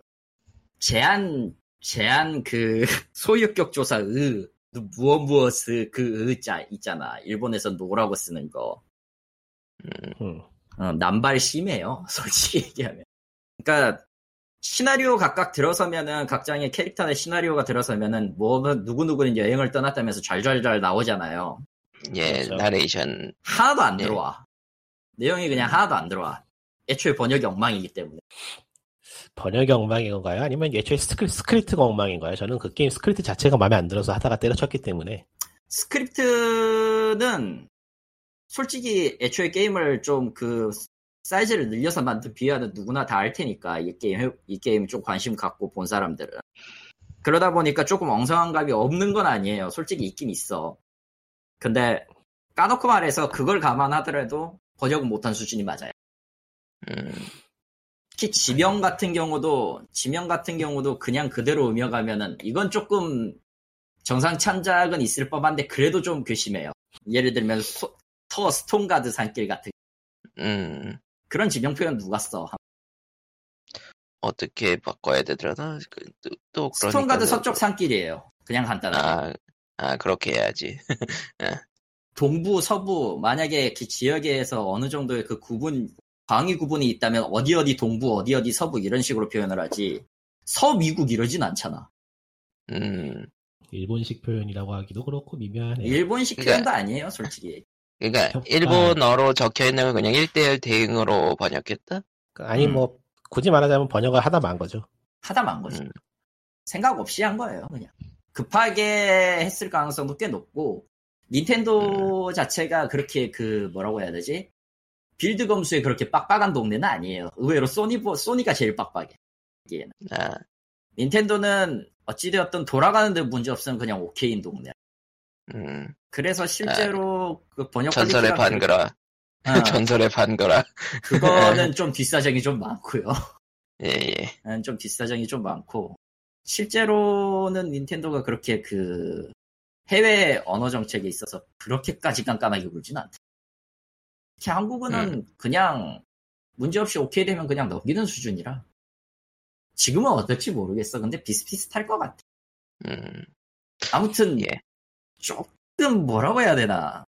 B: 제한 제한 그 소유격 조사 의 무엇 무엇을 그 의자 있잖아 일본에서 노라고 쓰는 거
C: 음.
B: 어, 남발 심해요 솔직히 얘기하면 그러니까 시나리오 각각 들어서면은 각 장의 캐릭터나 시나리오가 들어서면은 뭐 누구 누구는 여행을 떠났다면서 잘잘잘 나오잖아요.
A: 예,
C: 그렇죠.
A: 나레이션.
B: 하나도 안
A: 네.
B: 들어와. 내용이 그냥 하나도 안 들어와. 애초에 번역이 엉망이기 때문에.
C: 번역이 엉망인 건가요? 아니면 예초에 스크립, 스크립트가 엉망인 거예요? 저는 그 게임 스크립트 자체가 마음에 안 들어서 하다가 때려쳤기 때문에
B: 스크립트는 솔직히 애초에 게임을 좀 그 사이즈를 늘려서 만든 비하는 누구나 다 알 테니까 이 게임 해- 이 게임 좀 관심 갖고 본 사람들은 그러다 보니까 조금 엉성한 감이 없는 건 아니에요. 솔직히 있긴 있어. 근데 까놓고 말해서 그걸 감안하더라도 번역은 못한 수준이 맞아요.
A: 음,
B: 특히 지명 같은 경우도 지명 같은 경우도 그냥 그대로 음역하면은 이건 조금 정상 참작은 있을 법한데 그래도 좀 괘씸해요. 예를 들면 소- 터 스톤가드 산길 같은
A: 음,
B: 그런 지명 표현 누가 써?
A: 어떻게 바꿔야 되더라? 그, 또, 또 그러니까.
B: 스톤가드 서쪽 산길이에요. 그냥 간단하게.
A: 아, 아, 그렇게 해야지.
B: 동부 서부 만약에 그 지역에서 어느 정도의 그 구분 방위 구분이 있다면 어디 어디 동부 어디 어디 서부 이런 식으로 표현을 하지 서미국 이러진 않잖아.
A: 음,
C: 일본식 표현이라고 하기도 그렇고 미묘하네요.
B: 일본식 표현도 아니에요 솔직히.
A: 그러니까
B: 아.
C: 협-
A: 일본어로 적혀 있는 걸 그냥 1대1 대응으로 번역했다?
C: 아니
B: 음.
C: 뭐 굳이 말하자면 번역을 하다 만 거죠.
B: 하다 만 거죠.
A: 음.
B: 생각 없이 한 거예요, 그냥. 급하게 했을 가능성도 꽤 높고, 닌텐도
A: 음.
B: 자체가 그렇게 그, 뭐라고 해야 되지? 빌드 검수에 그렇게 빡빡한 동네는 아니에요. 의외로 소니, 보- 소니가 제일 빡빡해. 예.
A: 아,
B: 닌텐도는 어찌되었든 돌아가는 데 문제 없으면 그냥 오케이인 동네.
A: 음,
B: 그래서 실제로 그 번역
A: 아. 전설의
B: 퀄리티가
A: 반거라.
B: 그렇- 어,
A: 전설의 네. 반거라.
B: 그거는 좀 뒷사정이 좀 많고요.
A: 예, 예.
B: 음, 좀 뒷사정이 좀 많고 실제로는 닌텐도가 그렇게 그 해외 언어 정책에 있어서 그렇게까지 깜깜하게 굴진 않다. 특히 한국은 그냥 문제없이 오케이 되면 그냥 넘기는 수준이라 지금은 어떨지 모르겠어. 근데 비슷비슷할 것 같아.
A: 음,
B: 아무튼
A: 예.
B: 조금 뭐라고 해야 되나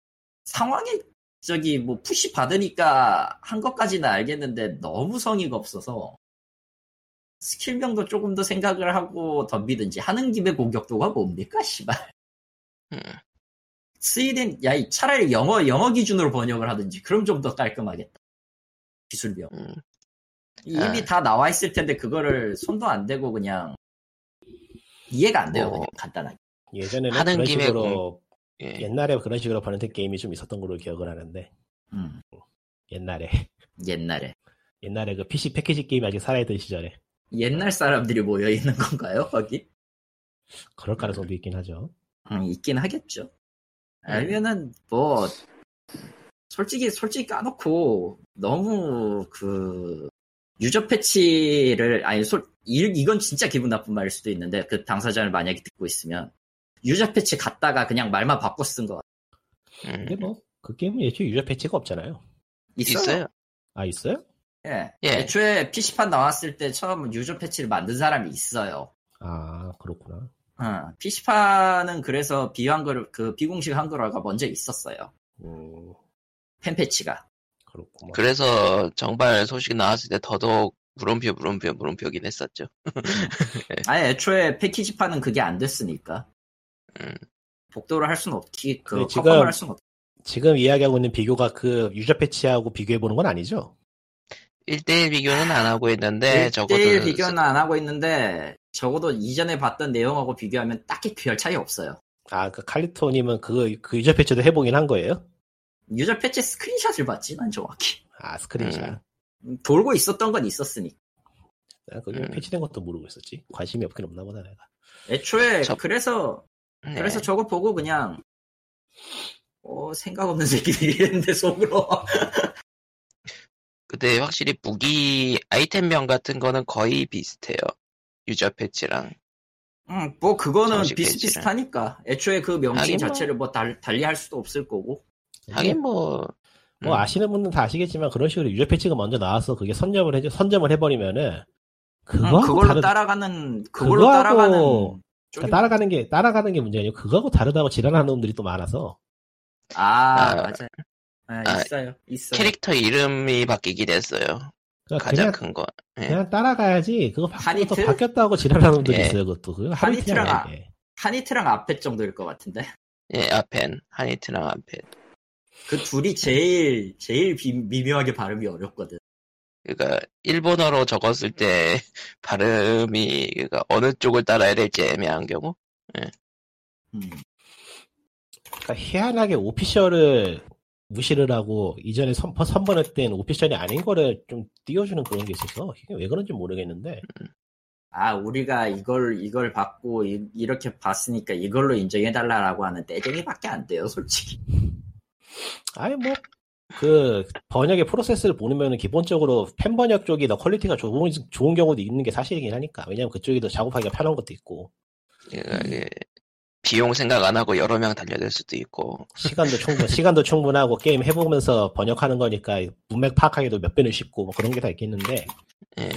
B: 상황이 저기 뭐 푸시 받으니까 한 것까지는 알겠는데 너무 성의가 없어서 스킬명도 조금 더 생각을 하고 덤비든지 하는 김에 공격도가 뭡니까 씨발
A: 음.
B: 스웨덴 야이 차라리 영어 영어 기준으로 번역을 하든지 그럼 좀 더 깔끔하겠다 기술명
A: 음.
B: 이미
A: 아.
B: 다 나와 있을 텐데 그거를 손도 안 대고 그냥 이해가 안 돼요
A: 뭐.
B: 그냥 간단하게
C: 예전에는
A: 하는
C: 그런
A: 김에
C: 식으로
A: 예.
C: 옛날에 그런 식으로 번역된 게임이 좀 있었던 걸로 기억을 하는데
B: 음,
C: 옛날에
B: 옛날에
C: 옛날에 그 PC 패키지 게임이 아직 살아있던 시절에
B: 옛날 사람들이 모여 있는 건가요, 거기?
C: 그럴 가능성도 있긴 하죠.
B: 음, 있긴 하겠죠. 아니면은 뭐 솔직히 솔직히 까놓고 너무 그 유저 패치를 아니 솔 이, 이건 진짜 기분 나쁜 말일 수도 있는데 그 당사자를 만약에 듣고 있으면 유저 패치 갔다가 그냥 말만 바꿔 쓴 거
A: 음.
C: 근데 뭐 그 게임은 예초에 유저 패치가 없잖아요.
B: 있어요.
A: 있어요.
C: 아 있어요?
B: 예.
A: 예.
B: 애초에 PC판 나왔을 때 처음 유저 패치를 만든 사람이 있어요.
C: 아 그렇구나.
B: 어, PC판은 그래서 비한글 그 비공식 한글화가 먼저 있었어요.
C: 음
B: 팬 패치가.
C: 그렇구만.
A: 그래서 정발 소식 나왔을 때 더더욱 물음표 물음표 물음표긴 했었죠.
B: 아예 애초에 패키지판은 그게 안 됐으니까.
A: 음.
B: 복도를 할 수는 없기, 그,
C: 근데
B: 지
C: 지금-
B: 컵을 할 수는 없
C: 지금 이야기하고 있는 비교가 그 유저 패치하고 비교해 보는 건 아니죠?
A: 1대1 비교는 안 하고 있는데
B: 1대1
A: 네, 적어도
B: 비교는 안 하고 있는데, 적어도 이전에 봤던 내용하고 비교하면 딱히 별 차이 없어요.
C: 아 그 칼리토님은 그, 그 유저 패치도 해보긴 한 거예요?
B: 유저 패치 스크린샷을 봤지, 난 정확히.
C: 아 스크린샷.
A: 음.
B: 음, 돌고 있었던 건 있었으니까.
C: 난 아, 그게
A: 음.
C: 패치된 것도 모르고 있었지. 관심이 없긴 없나 보다 내가.
B: 애초에,
A: 저-
B: 그래서,
A: 네.
B: 그래서 저거 보고 그냥, 어, 생각 없는 새끼들이랬는데, 속으로.
A: 근데 확실히 무기 아이템명 같은 거는 거의 비슷해요. 유저 패치랑
B: 음, 뭐, 그거는
A: 정식 패치는.
B: 비슷비슷하니까. 애초에 그 명칭
A: 하긴 뭐-
B: 자체를 뭐, 달, 달리 할 수도 없을 거고.
A: 하긴 뭐, 음,
C: 뭐 아시는 분은 다 아시겠지만 그런 식으로 유저 패치가 먼저 나와서 그게 선점을 해 선점을 해버리면은
B: 응,
C: 그거
B: 음, 그걸로
C: 다르,
B: 따라가는 그걸로
C: 그거하고-
B: 따라가는
C: 그러니까
B: 쪽이-
C: 따라가는 게 따라가는 게 문제가 아니고 그거하고 다르다고 지랄하는 놈들이 또 많아서
B: 아,
A: 아,
B: 맞아요 아,
A: 아,
B: 있어요 있어요
A: 캐릭터 이름이 바뀌긴 했어요.
B: 아,
C: 그러니까
A: 가장
C: 그냥,
A: 큰 거. 예.
C: 그냥 따라가야지. 그거
B: 한
C: 바뀌었다,
B: 이틀?
C: 바뀌었다고 지랄하는 분들이
A: 예.
C: 있어요, 그것도. 그거
B: 한
C: 하루 그냥
B: 이틀은 안-
C: 해. 예.
B: 하니트랑 앞에 정도일 것 같은데
A: 예, 아펜. 하니트랑 아펜.
B: 그 둘이 제일 제일 비- 미묘하게 발음이 어렵거든.
A: 그니까, 일본어로 적었을 때, 발음이, 그니까, 어느 쪽을 따라야 될지 애매한 경우?
B: 음.
C: 그러니까 희한하게 오피셜을 무시를 하고 이전에 선, 선번했던 오피셜이 아닌 거를 좀 띄워주는 그런 게 있어서 이게 왜 그런지 모르겠는데
B: 아 우리가 이걸 이걸 받고 이, 렇게 봤으니까 이걸로 인정해 달라라고 하는 떼쟁이밖에 안 돼요 솔직히.
C: 아예 뭐 뭐그 번역의 프로세스를 보면은 기본적으로 팬 번역 쪽이 더 퀄리티가 좋은, 좋은 경우도 있는 게 사실이긴 하니까 왜냐면 그쪽이 더 작업하기가 편한 것도 있고
A: 그러니까 이게 비용 생각 안 하고 여러 명 달려들 수도 있고,
C: 시간도 충분 시간도 충분하고 게임 해보면서 번역하는 거니까 문맥 파악하기도 몇 배는 쉽고 뭐 그런 게 다 있겠는데
A: 예.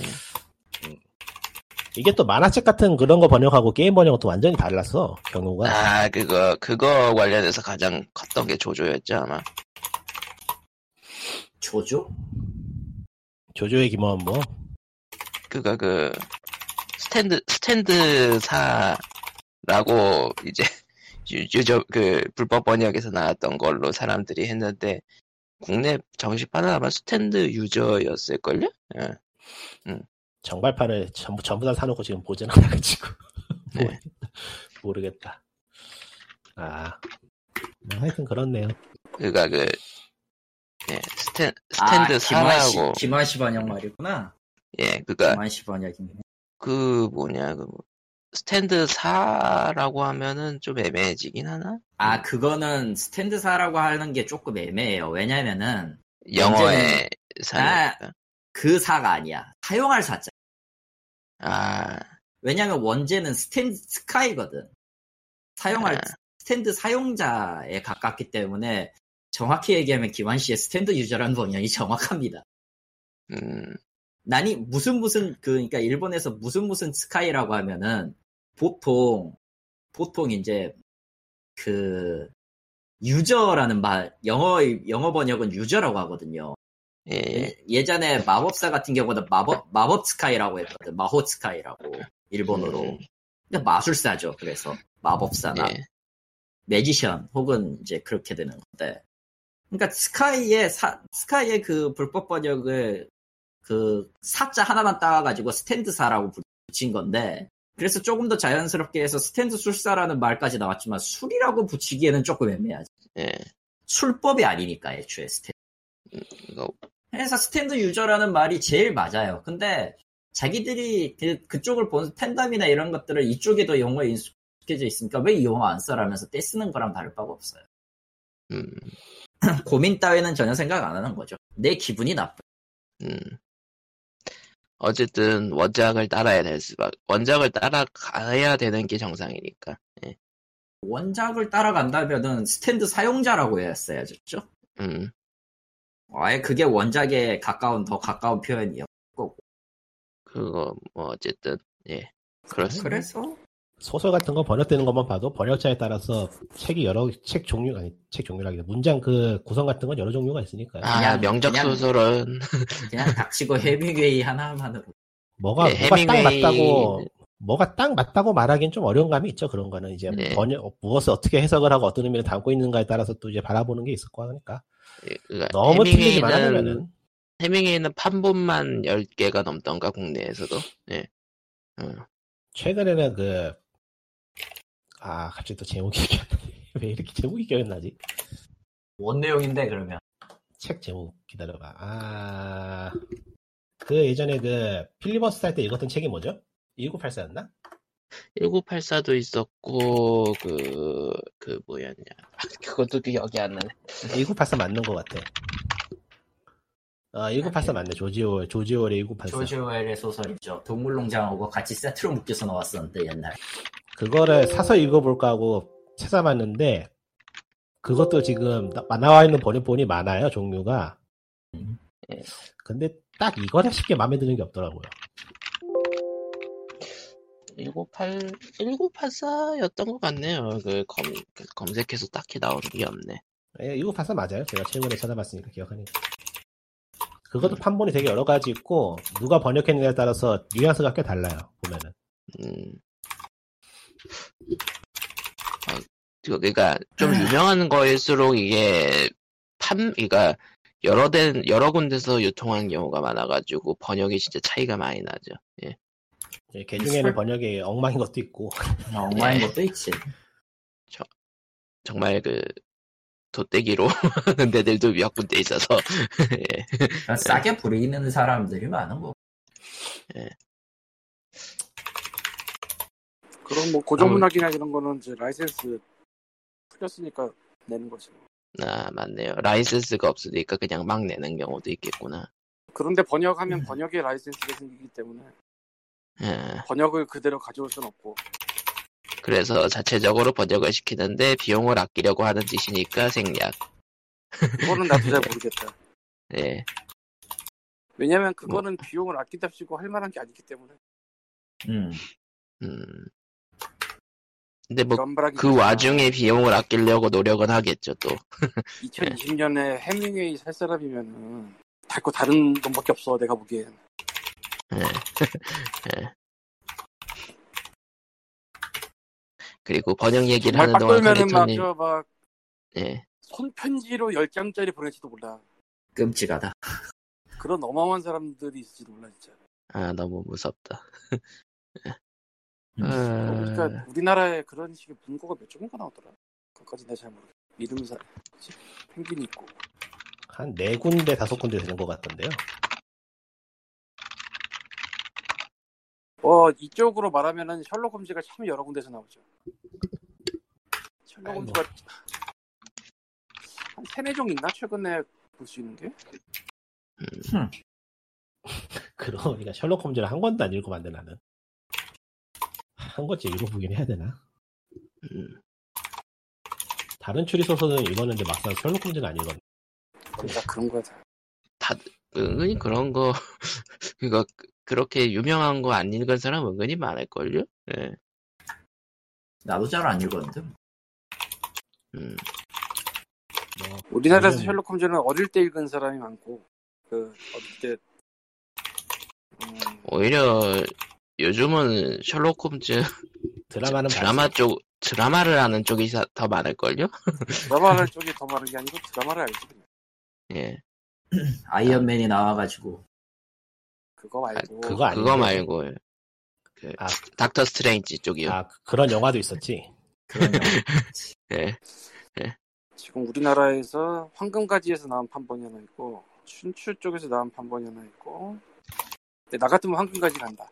C: 이게 또 만화책 같은 그런 거 번역하고 게임 번역은 또 완전히 달라서 경우가
A: 아, 그거, 그거 관련해서 가장 컸던 게 조조였죠, 아마.
B: 조조?
C: 조조의 김원 뭐
A: 그가 그 스탠드 스탠드사라고 이제 유- 유저 그 불법 번역에서 나왔던 걸로 사람들이 했는데 국내 정식판은 아마 스탠드 유저였을걸요? 예.
C: 정발판을 전부, 전부 다 사놓고 지금 보지는 않아가지고
A: 네.
C: 모르- 모르겠다. 아 뭐 하여튼 그렇네요.
A: 그가 그 예, 스탠
B: 아
A: 스탠드사라고
B: 김한시 김한시 번역 말이구나.
A: 예 그가
B: 김한시 번역이네.
A: 그 뭐냐 그 뭐- 스탠드사라고 하면은 좀 애매해지긴 하나?
B: 아 그거는 스탠드사라고 하는 게 조금 애매해요. 왜냐면은
A: 영어의
B: 아.
A: 사니까
B: 그 사가 아니야. 사용할 사자.
A: 아
B: 왜냐면 원제는 스탠드 스카이거든. 사용할
A: 아.
B: 스탠드 사용자에 가깝기 때문에 정확히 얘기하면 김한 씨의 스탠드 유저라는 번역이 정확합니다.
A: 음.
B: 난이 무슨 무슨 그 그러니까 일본에서 무슨 무슨 스카이라고 하면은 보통 보통 이제 그 유저라는 말 영어 영어 번역은 유저라고 하거든요.
A: 예, 예.
B: 예, 전에 마법사 같은 경우는 마법 마법 스카이라고 했거든 마호 스카이라고 일본어로
A: 음.
B: 근데 마술사죠 그래서 마법사나
A: 예.
B: 매지션 혹은 이제 그렇게 되는 건데 그러니까 스카이의 사, 스카이의 그 불법 번역을 그 사자 하나만 따가지고 스탠드사라고 붙인 건데 그래서 조금 더 자연스럽게 해서 스탠드 술사라는 말까지 나왔지만 술이라고 붙이기에는 조금 애매하지
A: 예.
B: 술법이 아니니까 애초에 스탠드
A: 이거
B: 그래서 스탠드 유저라는 말이 제일 맞아요. 근데 자기들이 그, 그쪽을 본 팬덤이나 이런 것들을 이쪽에 더 용어에 익숙해져 있으니까 왜 이 용어 안 써라면서 떼쓰는 거랑 다를 바가 없어요.
A: 음,
B: 고민 따위는 전혀 생각 안 하는 거죠. 내 기분이 나빠.
A: 음. 어쨌든 원작을 따라야 될 수밖. 원작을 따라가야 되는 게 정상이니까.
B: 원작을 따라간다면은 스탠드 사용자라고 했어야죠.
A: 음.
B: 아예 그게 원작에 가까운 더 가까운 표현이요.
A: 그거 뭐 어쨌든 예. 그렇습니다.
B: 그래서
C: 소설 같은 거 번역되는 것만 봐도 번역자에 따라서 책이 여러 책 종류 아니 책 종류라기보다 문장 그 구성 같은 건 여러 종류가 있으니까요.
A: 아,
B: 그냥-
A: 명작
B: 그냥-
A: 소설은
B: 그냥 닥치고 해밍웨이 하나만으로
C: 뭐가
A: 예,
C: 뭐가 딱
A: 해밍웨이-
C: 맞다고 뭐가 딱 맞다고 말하기엔 좀 어려운 감이 있죠. 그런 거는 이제
A: 네.
C: 번역 무엇을 어떻게 해석을 하고 어떤 의미를 담고 있는가에 따라서 또 이제 바라보는 게 있을 거니까
A: 예, 그러니까
C: 너무 틀리지
A: 해밍웨이는
C: 말아주면은
A: 해밍웨이는 판본만 10개가 넘던가 국내에서도. 예. 음.
C: 최근에는 그, 아, 갑자기 또 제목이 기억나네. 왜 이렇게 제목이 기억나지?
B: 원 내용인데 그러면
C: 책 제목 기다려봐. 아, 그 예전에 그 필리버스터 할 때 읽었던 책이 뭐죠? 1984였나?
A: 1984도 있었고 그그 뭐였냐. 아, 그것도 기억이 안 나네.
C: 1984 맞는 것 같아. 아, 1984 맞네. 조지오, 조지오의 1984.
B: 조지 오웰의 소설이죠. 동물농장하고 같이 세트로 묶여서 나왔었는데 옛날. 아,
C: 그거를 사서 읽어볼까 하고 찾아봤는데, 그것도 지금 나, 나와 있는 번역본이 많아요, 종류가.
B: 음.
C: 근데 딱 이거나 쉽게 마음에 드는 게 없더라고요.
A: 198, 1984였던 것 같네요. 그 검, 그 검색해서 딱히 나오는 게 없네.
C: 예, 이거 봐서 맞아요. 제가 최근에 찾아봤으니까 기억하니까. 그것도 판본이 되게 여러 가지 있고 누가 번역했느냐에 따라서 뉘앙스가 꽤 달라요 보면은
A: 음. 아, 그- 그러니까 좀 유명한 거일수록 이게 판, 그러니까 여러 데 여러 군데서 유통한 경우가 많아가지고 번역이 진짜 차이가 많이 나죠. 예.
C: 예, 걔 중에는 번역이 엉망인 것도 있고
B: 엉망인
A: 예.
B: 것도 있지.
A: 정말 그 도떼기로 하는 데들도 몇 군데 있어서 예.
B: 그냥 싸게 부리는 사람들이 뭐. 많은 거.
D: 그런 뭐
A: 아,
D: 고정문학이나 이런 거는 이제 라이센스 풀렸으니까 내는 거지.
A: 아 맞네요. 라이센스가 없으니까 그냥 막 내는 경우도 있겠구나.
D: 그런데 번역하면
B: 음.
D: 번역의 라이센스가 생기기 때문에
A: 예.
D: 번역을 그대로 가져올 순 없고
A: 그래서 자체적으로 번역을 시키는데 비용을 아끼려고 하는 짓이니까 생략.
D: 그거는 나도 잘 모르겠다.
A: 예.
D: 왜냐면 그거는
A: 뭐.
D: 비용을 아낀답시고 할 만한 게 아니기 때문에
B: 음.
A: 음. 근데 뭐
D: 간발하기
A: 그 와중에 비용을 아끼려고 노력은 하겠죠 또.
D: 2020년에 해밍웨이 살 사람이면은 달고 다른 놈밖에 없어 내가 보기엔
A: 그리고 번역 얘기를
D: 정말
A: 하는
D: 빡
A: 동안
D: 돌면은
A: 카리토님
D: 막저막
A: 예.
D: 손편지로 10장짜리 보낼지도 몰라
B: 끔찍하다.
D: 그런 어마어마한 사람들이 있을지도 몰라 진짜
A: 아 너무 무섭다.
B: 음.
A: 아,
D: 그러니까 우리나라에 그런 식의 문구가 몇 종류가 나오더라 그것까지 내가 잘 모르겠어 이름 사 그치? 펭귄 있고
C: 한 네 군데 다섯 군데 되는 것 같던데요
D: 어 이쪽으로 말하면은 셜록 홈즈가 참 여러 군데서 나오죠. 셜록
C: 아이고.
D: 홈즈가 한 세네 종 있나 최근에 볼 수 있는 게?
C: 그러고 보니까 셜록 홈즈를 한 권도 안 읽어봤는데 나는 한 권째 읽어보긴 해야 되나
A: 음.
C: 다른 추리소설은 읽었는데 막상 셜록 홈즈는 안 읽었네
D: 다 그런 거야. 다.
A: 은근히 그런 거 그거 그렇게 유명한 거 안 읽은 사람 은근히 많을걸요. 예.
B: 나도 잘 안 읽었는데. 뭐.
A: 음.
C: 뭐,
D: 우리나라에서
C: 저는-
D: 셜록 홈즈는 어릴 때 읽은 사람이 많고 그 어릴 때 음,
A: 오히려 요즘은 셜록 홈즈
C: 드라마는
A: 드라마
C: 봤어요.
A: 쪽 드라마를 하는 쪽이 사- 더 많을걸요.
D: 드라마를 쪽이 더 많은 게 아니고 드라마를 알지 그냥.
A: 예.
B: 아이언맨이 나와가지고.
D: 그거 말고
C: 그거 아니고
A: 그거 말고 그
C: 아.
A: 닥터 스트레인지 쪽이요.
C: 아 그- 그런 영화도 있었지
B: 그런 영화.
A: 예.
D: 지금 우리나라에서 황금가지에서 나온 판본이 하나 있고 춘추 쪽에서 나온 판본이 하나 있고 근데 나 같으면 황금가지 간다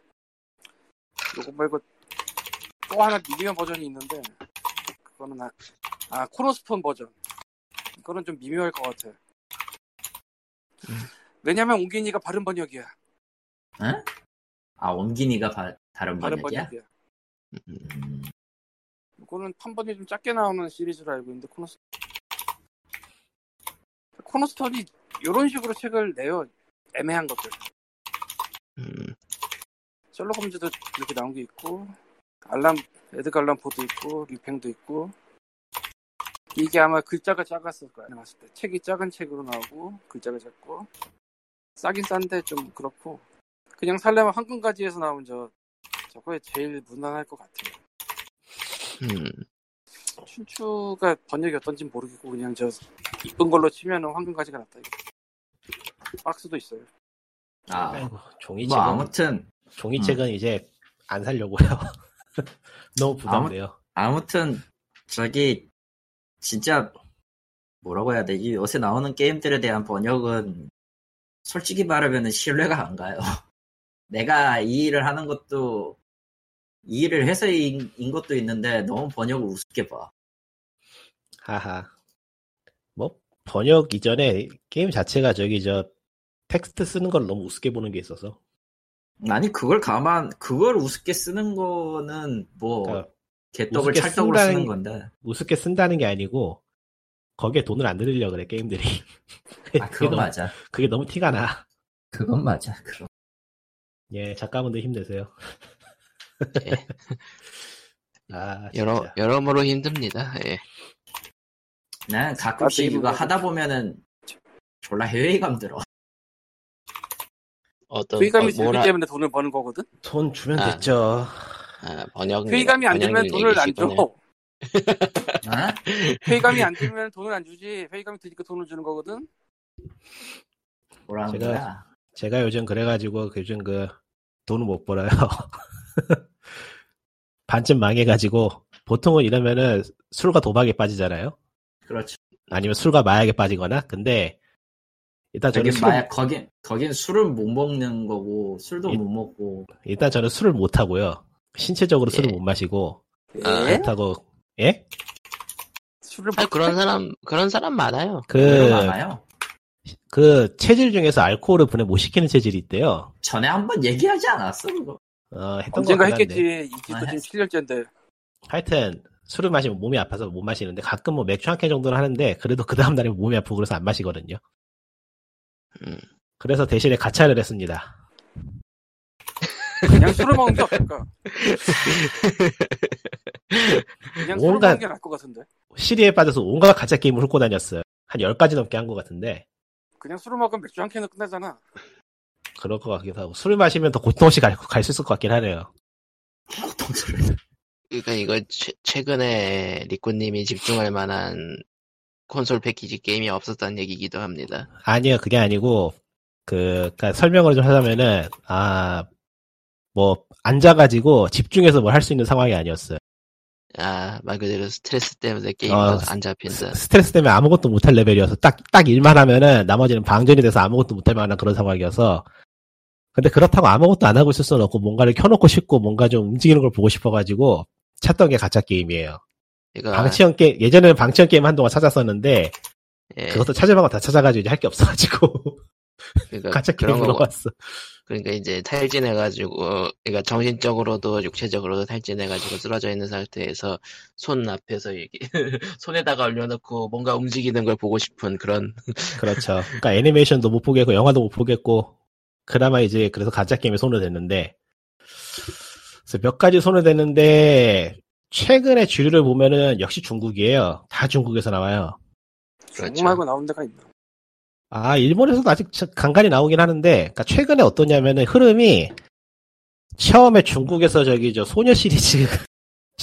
D: 요거 말고 또 하나 미묘한 버전이 있는데 그거는 아, 아 코노스폰 버전 이거는 좀 미묘할 것 같아
C: 음.
D: 왜냐면 옹기니가 바른 번역이야
B: 아 원gin이가 바- 다른
D: 바른
B: 번역이야?
D: 번역이야
A: 음.
B: 음.
D: 이거는 판본이 좀 작게 나오는 시리즈로 알고 있는데 코노스 코노스톤이 이런 식으로 책을 내요 애매한 것들
A: 음.
D: 셜록 홈즈도 이렇게 나온 게 있고 알람 에드가 알람 포도 있고 리팽도 있고 이게 아마 글자가 작았을 거야 나왔을 때 책이 작은 책으로 나오고 글자가 작고 싸긴 싼데 좀 그렇고 그냥 살려면 황금가지에서 나온 저 저거에 제일 무난할 것 같아요
A: 음.
D: 춘추가 번역이 어떤지 모르겠고 그냥 저 이쁜 걸로 치면은 황금가지가 낫다 이거 박스도 있어요
A: 음,
B: 아,
C: 아이고 종이책은
B: 뭐 아무튼
C: 종이책은
A: 음.
C: 이제 안 살려고요 너무 부담돼요
B: 아무튼 저기 진짜 뭐라고 해야 되지? 요새 나오는 게임들에 대한 번역은 솔직히 말하면 신뢰가 안 가요. 내가 이 일을 하는 것도 이 일을 해서인 인 것도 있는데 너무 번역을 우습게 봐.
C: 하하. 뭐 번역 이전에 게임 자체가 저기 저 텍스트 쓰는 걸 너무 우습게 보는 게 있어서.
B: 아니 그걸 가만 그걸 우습게 쓰는 거는
A: 어.
B: 뭐
C: 그러니까
B: 개떡을
C: 우습게
B: 찰떡으로
C: 쓴다는-
B: 쓰는 건데.
C: 우습게 쓴다는 게 아니고 거기에 돈을 안 들이려 그래 게임들이. 그게
B: 아 그건
C: 너무-
B: 맞아.
C: 그게 너무 티가 나.
B: 그건 맞아. 그럼.
C: 예, 작가분들 힘내세요.
A: 예.
C: 아, 진짜.
A: 여러 여러모로 힘듭니다. 예.
B: 난 네, 가끔씩
D: 나도
B: 이거
D: 이거
B: 하다 보면은 졸라 해외감 들어.
A: 어떤
D: 회의감이
A: 어,
D: 들기
A: 뭐라
D: 때문에 돈을 버는 거거든.
E: 돈 주면
A: 아.
E: 됐죠.
A: 아, 번역
D: 회의감이 안 들면 돈을 안 줘.
B: 아?
D: 회의감이 안 들면 돈을 안 주지. 회의감이 드니까 돈을 주는 거거든.
B: 뭐라는
C: 제가-
B: 거야?
C: 제가 요즘 그래가지고 요즘 그 돈을 못 벌어요. 반쯤 망해가지고 보통은 이러면은 술과 도박에 빠지잖아요.
B: 그렇죠.
C: 아니면 술과 마약에 빠지거나. 근데 일단 저는
B: 거긴
C: 술을,
B: 마약, 거긴, 거긴 술을 못 먹는 거고, 술도
C: 이-
B: 못 먹고,
C: 일단 저는 술을 못 하고요. 신체적으로 술을
A: 예.
C: 못 마시고
A: 아.
D: 예?
C: 그렇다고 예?
D: 술을
A: 아 그런 사람 그런 사람 많아요.
B: 그런
C: 그
B: 거
C: 그
B: 많아요.
C: 체질 중에서 알코올을 분해 못 시키는 체질이 있대요.
B: 전에 한번 얘기하지 않았어, 그거?
C: 어, 했던
D: 언젠가
C: 것 같긴 한데.
D: 했겠지. 이게
B: 아,
D: 지금
B: 했어.
D: 7년째인데.
C: 하여튼 술을 마시면 몸이 아파서 못 마시는데 가끔 뭐 맥주 한 캔 정도는 하는데 그래도 그 다음 날에 몸이 아프고 그래서 안 마시거든요.
A: 음.
C: 그래서 대신에 가차를 했습니다.
D: 그냥 술을 먹는 게 어떨까? 그냥 술을
C: 뭔가-
D: 먹는 게 나을 것 같은데.
C: 시리에 빠져서 온갖 가짜 게임을 훑고 다녔어요. 한 10가지 넘게 한 것 같은데
D: 그냥 술을 먹으면 맥주 한 캔은 끝나잖아.
C: 그럴 것 같기도 하고 술을 마시면 더 고통 없이 갈 수 있을 것 같긴 하네요.
B: 보통 소리.
A: 그러니까 이거 최, 최근에 리코님이 집중할 만한 콘솔 패키지 게임이 없었다는 얘기기도 합니다.
C: 아니요 그게 아니고 그 그러니까 설명을 좀 하자면은 아 뭐 앉아가지고 집중해서 뭘 할 수 있는 상황이 아니었어요.
A: 아말 그대로 스트레스 때문에 게임
C: 어,
A: 어, 안 잡힌다.
C: 스트레스 때문에 아무것도 못할 레벨이어서 딱, 딱 일만 하면은 나머지는 방전이 돼서 아무것도 못할 만한 그런 상황이어서. 근데 그렇다고 아무것도 안 하고 있을 수는 없고 뭔가를 켜놓고 싶고 뭔가 좀 움직이는 걸 보고 싶어가지고 찾던 게 가짜 게임이에요.
A: 그러니까
C: 방치형 게임, 예전에는 방치형 게임 한동안 찾았었는데
A: 예,
C: 그것도 찾으면 다 찾아가지고 이제 할 게 없어가지고
A: 그러니까
C: 가짜
A: 그런
C: 게임으로
A: 거고.
C: 왔어.
A: 그러니까 이제 탈진해가지고, 그러니까 정신적으로도 육체적으로도 탈진해가지고 쓰러져 있는 상태에서 손 앞에서 이게 손에다가 올려놓고 뭔가 움직이는 걸 보고 싶은 그런
C: 그렇죠. 그러니까 애니메이션도 못 보겠고 영화도 못 보겠고 그나마 이제 그래서 가짜 게임에 손을 댔는데 그래서 몇 가지 손을 댔는데 최근에 주류를 보면은 역시 중국이에요. 다 중국에서 나와요.
A: 그렇죠.
D: 중국 말고 나온 데가 있나?
C: 아 일본에서도 아직 참 간간히 나오긴 하는데 그러니까 최근에 어떠냐면은 흐름이 처음에 중국에서 저기 저 소녀 시리즈 그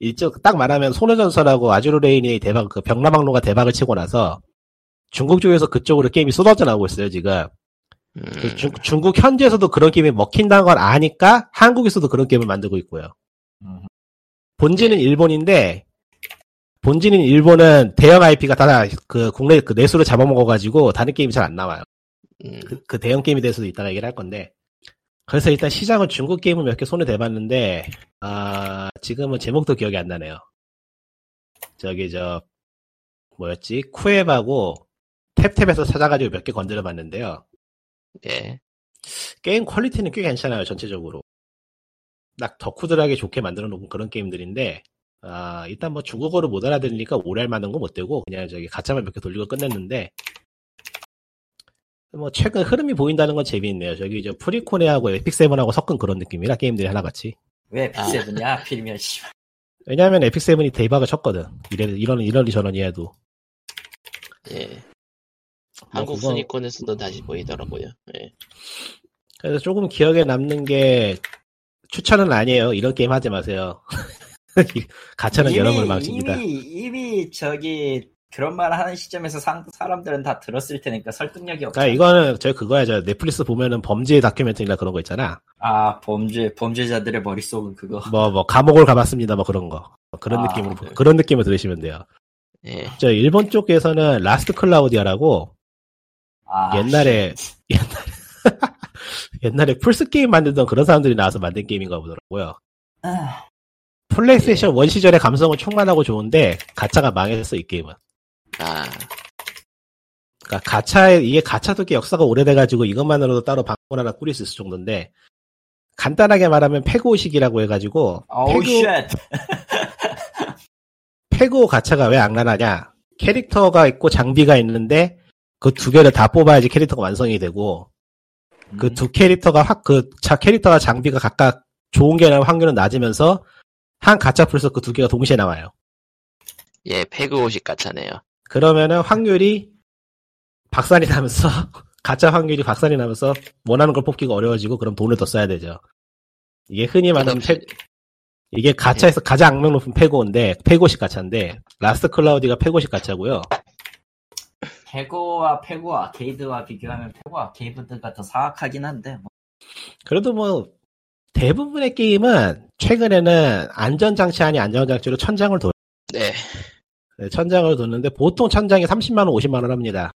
C: 일적 딱 말하면 소녀전설하고 아주로레인이 대박 그 병라망로가 대박을 치고 나서 중국 쪽에서 그쪽으로 게임이 쏟아져 나오고 있어요 지금.
A: 음,
C: 그 중, 중국 현지에서도 그런 게임이 먹힌다는 걸 아니까 한국에서도 그런 게임을 만들고 있고요.
B: 음.
C: 본진은 일본인데 본진인 일본은 대형 IP가 다 그 국내 그 내수를 잡아먹어가지고 다른 게임이 잘 안 나와요.
A: 음,
C: 그, 그 대형 게임에 대해서도 이따가 얘기를 할 건데 그래서 일단 시장은 중국 게임을 몇 개 손에 대봤는데 아 지금은 제목도 기억이 안 나네요. 저기 저 뭐였지 쿠앱하고 탭탭에서 찾아가지고 몇 개 건드려봤는데요.
A: 예.
C: 게임 퀄리티는 꽤 괜찮아요, 전체적으로. 딱 덕후들하게 좋게 만들어 놓은 그런 게임들인데, 아, 일단 뭐 중국어를 못 알아들으니까 오래 할 만한 건 못 되고, 그냥 저기 가짜만 몇 개 돌리고 끝냈는데, 뭐 최근 흐름이 보인다는 건 재미있네요. 저기 저 프리코네하고 에픽세븐하고 섞은 그런 느낌이라 게임들이 하나같이.
B: 왜
C: 아.
B: 픽세븐이야? 하필이면, 씨발.
C: 왜냐하면 에픽세븐이 대박을 쳤거든. 이래, 이런, 이러니 저러니 해도.
A: 예. 한국
C: 뭐 그건-
A: 순위권에서도 다시 보이더라고요. 예.
C: 그래서 조금 기억에 남는 게, 추천은 아니에요. 이런 게임 하지 마세요. 가차는 여러분을 망칩니다.
B: 이미, 이미 저기, 그런 말 하는 시점에서 상, 사람들은 다 들었을 테니까 설득력이 없다.
C: 그러니까 이거는 저희 그거야 저 넷플릭스 보면은 범죄 다큐멘터리나 그런 거 있잖아
B: 아, 범죄, 범죄자들의 머릿속은 그거.
C: 뭐 뭐 감옥을 가봤습니다 뭐 그런 거 그런
B: 아,
C: 느낌으로
A: 네.
C: 그런 느낌을 들으시면 돼요
A: 예.
C: 저 일본 쪽에서는 라스트 클라우디아라고
B: 아,
C: 옛날에 옛날에 옛날에 플스 게임 만들던 그런 사람들이 나와서 만든 게임인가 보더라고요
B: 아, 예.
C: 플레이스테이션 원 시절의 감성은 충만하고 좋은데 가차가 망했어 이 게임은
A: 아,
C: 그러니까 가차에 이게 가차도 꽤 역사가 오래돼가지고 이것만으로도 따로 방문 하나 꾸릴 수 있을 정도인데 간단하게 말하면 패고식이라고 해가지고
B: 어우, 쉣.
C: 페고 가차가 왜 악랄하냐? 캐릭터가 있고 장비가 있는데 그 두 개를 다 뽑아야지 캐릭터가 완성이 되고
B: 음.
C: 그 두 캐릭터가 확 그 자 캐릭터와 장비가 각각 좋은 게 나올 확률은 낮으면서 한 가차 플러스 그 두 개가 동시에 나와요.
A: 예. 패그 50 가차네요.
C: 그러면은 확률이 박살이 나면서 가짜 확률이 박살이 나면서 원하는 걸 뽑기가 어려워지고 그럼 돈을 더 써야 되죠. 이게 흔히 말하는 예,
A: 그렇죠.
C: 패, 이게 가차에서 가장 악명 높은 패고인데 패고식 가차인데 라스트 클라우디가 패고식 가차고요.
B: 음, 페고와 페고 아케이드와 비교하면 페고 아케이드가 더 사악하긴 한데 뭐.
C: 그래도 뭐 대부분의 게임은 최근에는 안전장치 아닌 안전장치로 천장을 도
A: 네.
C: 네, 천장을 뒀는데 보통 천장이 30만 원, 50만 원 합니다.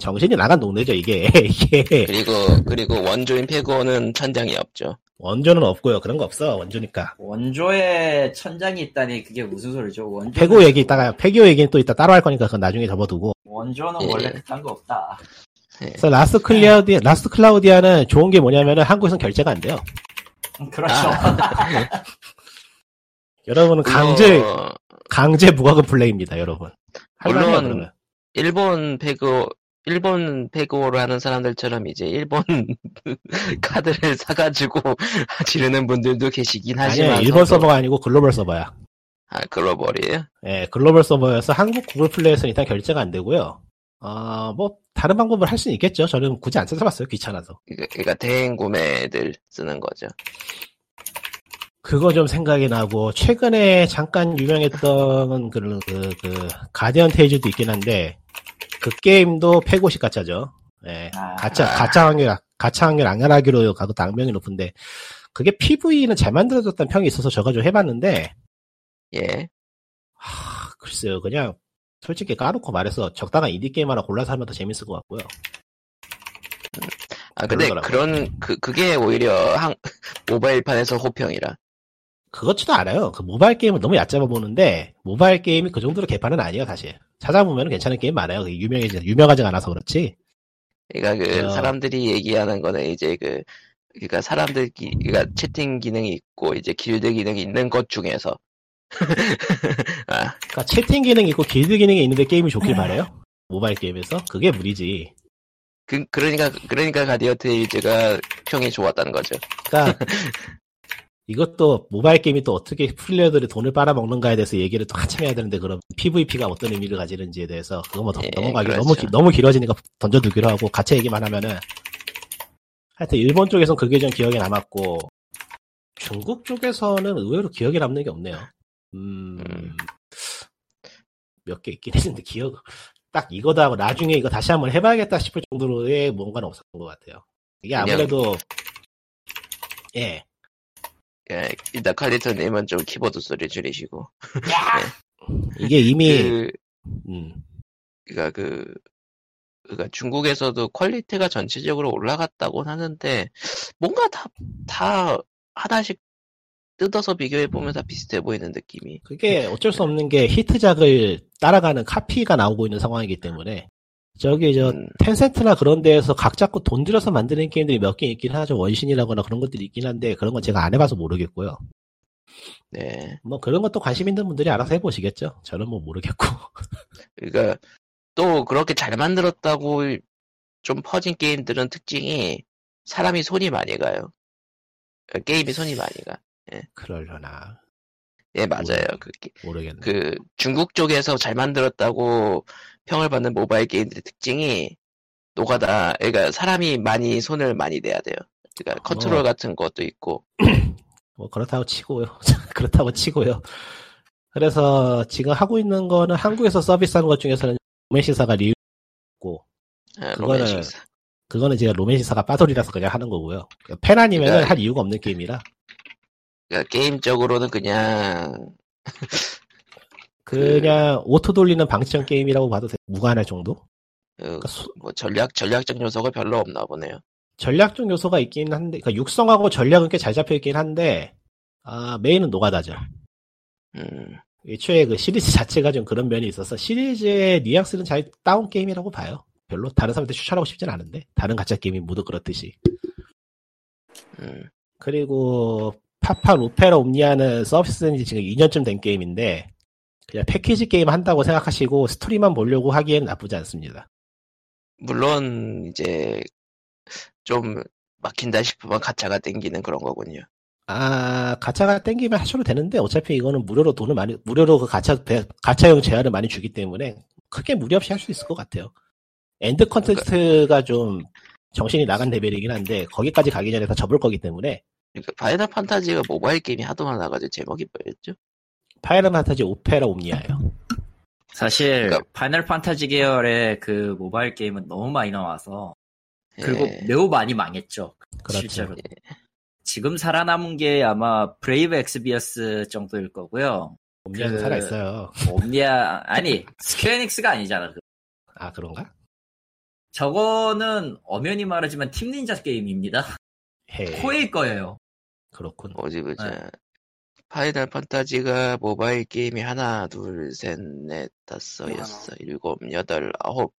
C: 정신이 나간 동네죠 이게 이게
A: 그리고 그리고 원조인 페고는 천장이 없죠.
C: 원조는 없고요 그런 거 없어 원조니까
B: 원조에 천장이 있다니 그게 무슨 소리죠? 원조
C: 패고 얘기 있다가 패교 얘기는 또 이따 따로 할 거니까 그건 나중에 접어두고
B: 원조는
A: 예.
B: 원래 그딴 거 없다.
C: 그래서 라스트
A: 네.
C: 클라우디 라스트 클라우디아는 좋은 게 뭐냐면은 한국에선 결제가 안 돼요
A: 아.
B: 그렇죠.
C: 여러분은
A: 그거
C: 강제 강제 무과금 플레이입니다 여러분 할만해요,
A: 물론-
C: 그러면.
A: 일본 페고 일본 페고를 하는 사람들처럼 이제 일본 카드를 사가지고 지르는 분들도 계시긴 하지만
C: 아니야 일본
A: 저도-
C: 서버가 뭐- 아니고 글로벌 서버야
A: 아 글로벌이에요?
C: 예 글로벌 서버여서 한국 구글 플레이에서는 일단 결제가 안 되고요 아뭐 다른 방법을 할 수는 있겠죠 저는 굳이 안 찾아봤어요 귀찮아서
A: 그러니까- 그러니까 대행 구매들 쓰는 거죠.
C: 그거 좀 생각이 나고 최근에 잠깐 유명했던 그, 그, 그 가디언 테이즈도 있긴 한데 그 게임도 패고식 가짜죠. 예.
B: 아.
C: 가짜 가짜 확률 가짜 확률 악랄하기로 가도 당명이 높은데 그게 PV는 잘 만들어졌다는 평이 있어서 제가 좀 해봤는데
A: 예.
C: 아, 글쎄요 그냥 솔직히 까놓고 말해서 적당한 인디 게임 하나 골라서 하면 더 재밌을 것 같고요.
A: 아 근데
C: 그러더라고요.
A: 그런 그 그게 오히려 한 모바일판에서 호평이라.
C: 그렇지도 않아요. 그 모바일 게임은 너무 얕잡아 보는데 모바일 게임이 그 정도로 개판은 아니에요 사실. 찾아보면 괜찮은 게임 많아요. 그게 유명해지 유명하지 않아서 그렇지.
A: 그러니까 그
C: 야.
A: 사람들이 얘기하는 거는 이제 그 그러니까 사람들 기, 그러니까 채팅 기능이 있고 이제 길드 기능이 있는 것 중에서 아,
C: 그러니까 채팅 기능이 있고 길드 기능이 있는데 게임이 좋길 바래요? 모바일 게임에서? 그게 무리지.
A: 그 그러니까 그러니까 가디어 테일즈가 평이 좋았다는 거죠.
C: 그러니까 이것도 모바일 게임이 또 어떻게 플레이어들이 돈을 빨아먹는가에 대해서 얘기를 또 한참 해야 되는데 그럼 PVP가 어떤 의미를 가지는지에 대해서 그거 뭐 더-
A: 예,
C: 넘어가기
A: 그렇죠.
C: 너무 기- 너무 길어지니까 던져두기로 하고 같이 얘기만 하면은 하여튼 일본 쪽에선 그게 좀 기억에 남았고 중국 쪽에서는 의외로 기억에 남는 게 없네요.
A: 음.
C: 몇 개 있긴 했는데 기억 딱 이거다 하고 나중에 이거 다시 한번 해봐야겠다 싶을 정도로의 뭔가는 없었던 것 같아요. 이게
A: 그냥-
C: 아무래도 예
A: 예, 일단 칼리터님은 좀 키보드 소리 줄이시고
C: 이게 이미
A: 그
C: 음,
A: 그러니까 그 그러니까 중국에서도 퀄리티가 전체적으로 올라갔다고 하는데 뭔가 다 다 하나씩 뜯어서 비교해 보면 다 비슷해 보이는 느낌이.
C: 그게 어쩔 수 없는 게 히트작을 따라가는 카피가 나오고 있는 상황이기 때문에 저기 저
A: 음,
C: 텐센트나 그런 데에서 각 잡고 돈 들여서 만드는 게임들이 몇 개 있긴 하죠 원신이라거나 그런 것들이 있긴 한데 그런 건 제가 안 해봐서 모르겠고요
A: 네.
C: 뭐 그런 것도 관심 있는 분들이 알아서 해보시겠죠 저는 뭐 모르겠고
A: 그러니까 또 그렇게 잘 만들었다고 좀 퍼진 게임들은 특징이 사람이 손이 많이 가요. 그러니까 게임이 손이 많이 가.
C: 그러려나
A: 예, 맞아요.
C: 음.
A: 그,
C: 모르겠네
A: 그 중국 쪽에서 잘 만들었다고 평을 받는 모바일 게임들의 특징이 노가다, 그러니까 사람이 많이 손을 많이 대야 돼요. 그러니까 컨트롤
C: 어.
A: 같은 것도 있고.
C: 뭐 그렇다고 치고요 그렇다고 치고요 그래서 지금 하고 있는 거는 한국에서 서비스하는 것 중에서는 로맨시사가 리우고
A: 아,
C: 그거는-
A: 로맨식사.
C: 그거는 제가 로맨시사가 빠돌이라서 그냥 하는 거고요. 그러니까 팬 아니면 은할 이유가 없는 게임이라.
A: 그러니까 게임적으로는 그냥
C: 그냥 오토 돌리는 방치형 게임이라고 봐도 돼- 무관할 정도?
A: 어,
C: 그러니까 소-
A: 뭐 전략 전략적 요소가 별로 없나 보네요.
C: 전략적 요소가 있긴 한데, 그러니까 육성하고 전략은 꽤 잘 잡혀 있긴 한데, 아, 메인은 노가다죠.
A: 음,
C: 애초에 그 시리즈 자체가 좀 그런 면이 있어서 시리즈의 뉘앙스는 잘 따온 게임이라고 봐요. 별로 다른 사람한테 추천하고 싶진 않은데, 다른 가짜 게임이 모두 그렇듯이.
A: 음.
C: 그리고 파판 오페라 옴니아는 서비스는 이제 지금 2년쯤 된 게임인데 그냥 패키지 게임 한다고 생각하시고 스토리만 보려고 하기엔 나쁘지 않습니다.
A: 물론 이제 좀 막힌다 싶으면 가차가 땡기는 그런 거군요.
C: 아 가차가 땡기면 하셔도 되는데 어차피 이거는 무료로 돈을 많이 무료로 그 가차 대- 가차용 제한을 많이 주기 때문에 크게 무리 없이 할 수 있을 것 같아요. 엔드 컨텐츠가 좀 정신이 나간 레벨이긴 한데 거기까지 가기 전에 다 접을 거기 때문에
A: 그러니까 파이널 판타지가 모바일 게임이 하도 많아가지고 제목이 뭐였죠?
C: 파이널 판타지 오페라 옴니아예요.
B: 사실
A: 그러니까-
B: 파이널 판타지 계열의 그 모바일 게임은 너무 많이 나와서 그리고
A: 예,
B: 매우 많이 망했죠.
C: 그렇죠.
B: 실제로 지금 살아남은 게 아마 브레이브 엑스비어스 정도일 거고요.
C: 옴니아는
B: 그-
C: 살아 있어요.
B: 옴니아 아니 스퀘어닉스가 아니잖아. 그거.
C: 아 그런가?
B: 저거는 엄연히 말하지만 팀 닌자 게임입니다.
C: 헤
B: 코일 거예요.
C: 그렇군.
A: 뭐지 보자.
C: 네.
A: 파이널 판타지가 모바일 게임이 하나, 둘, 셋, 넷, 다섯,
C: 뭐
D: 하나.
A: 여섯, 일곱, 여덟, 아홉.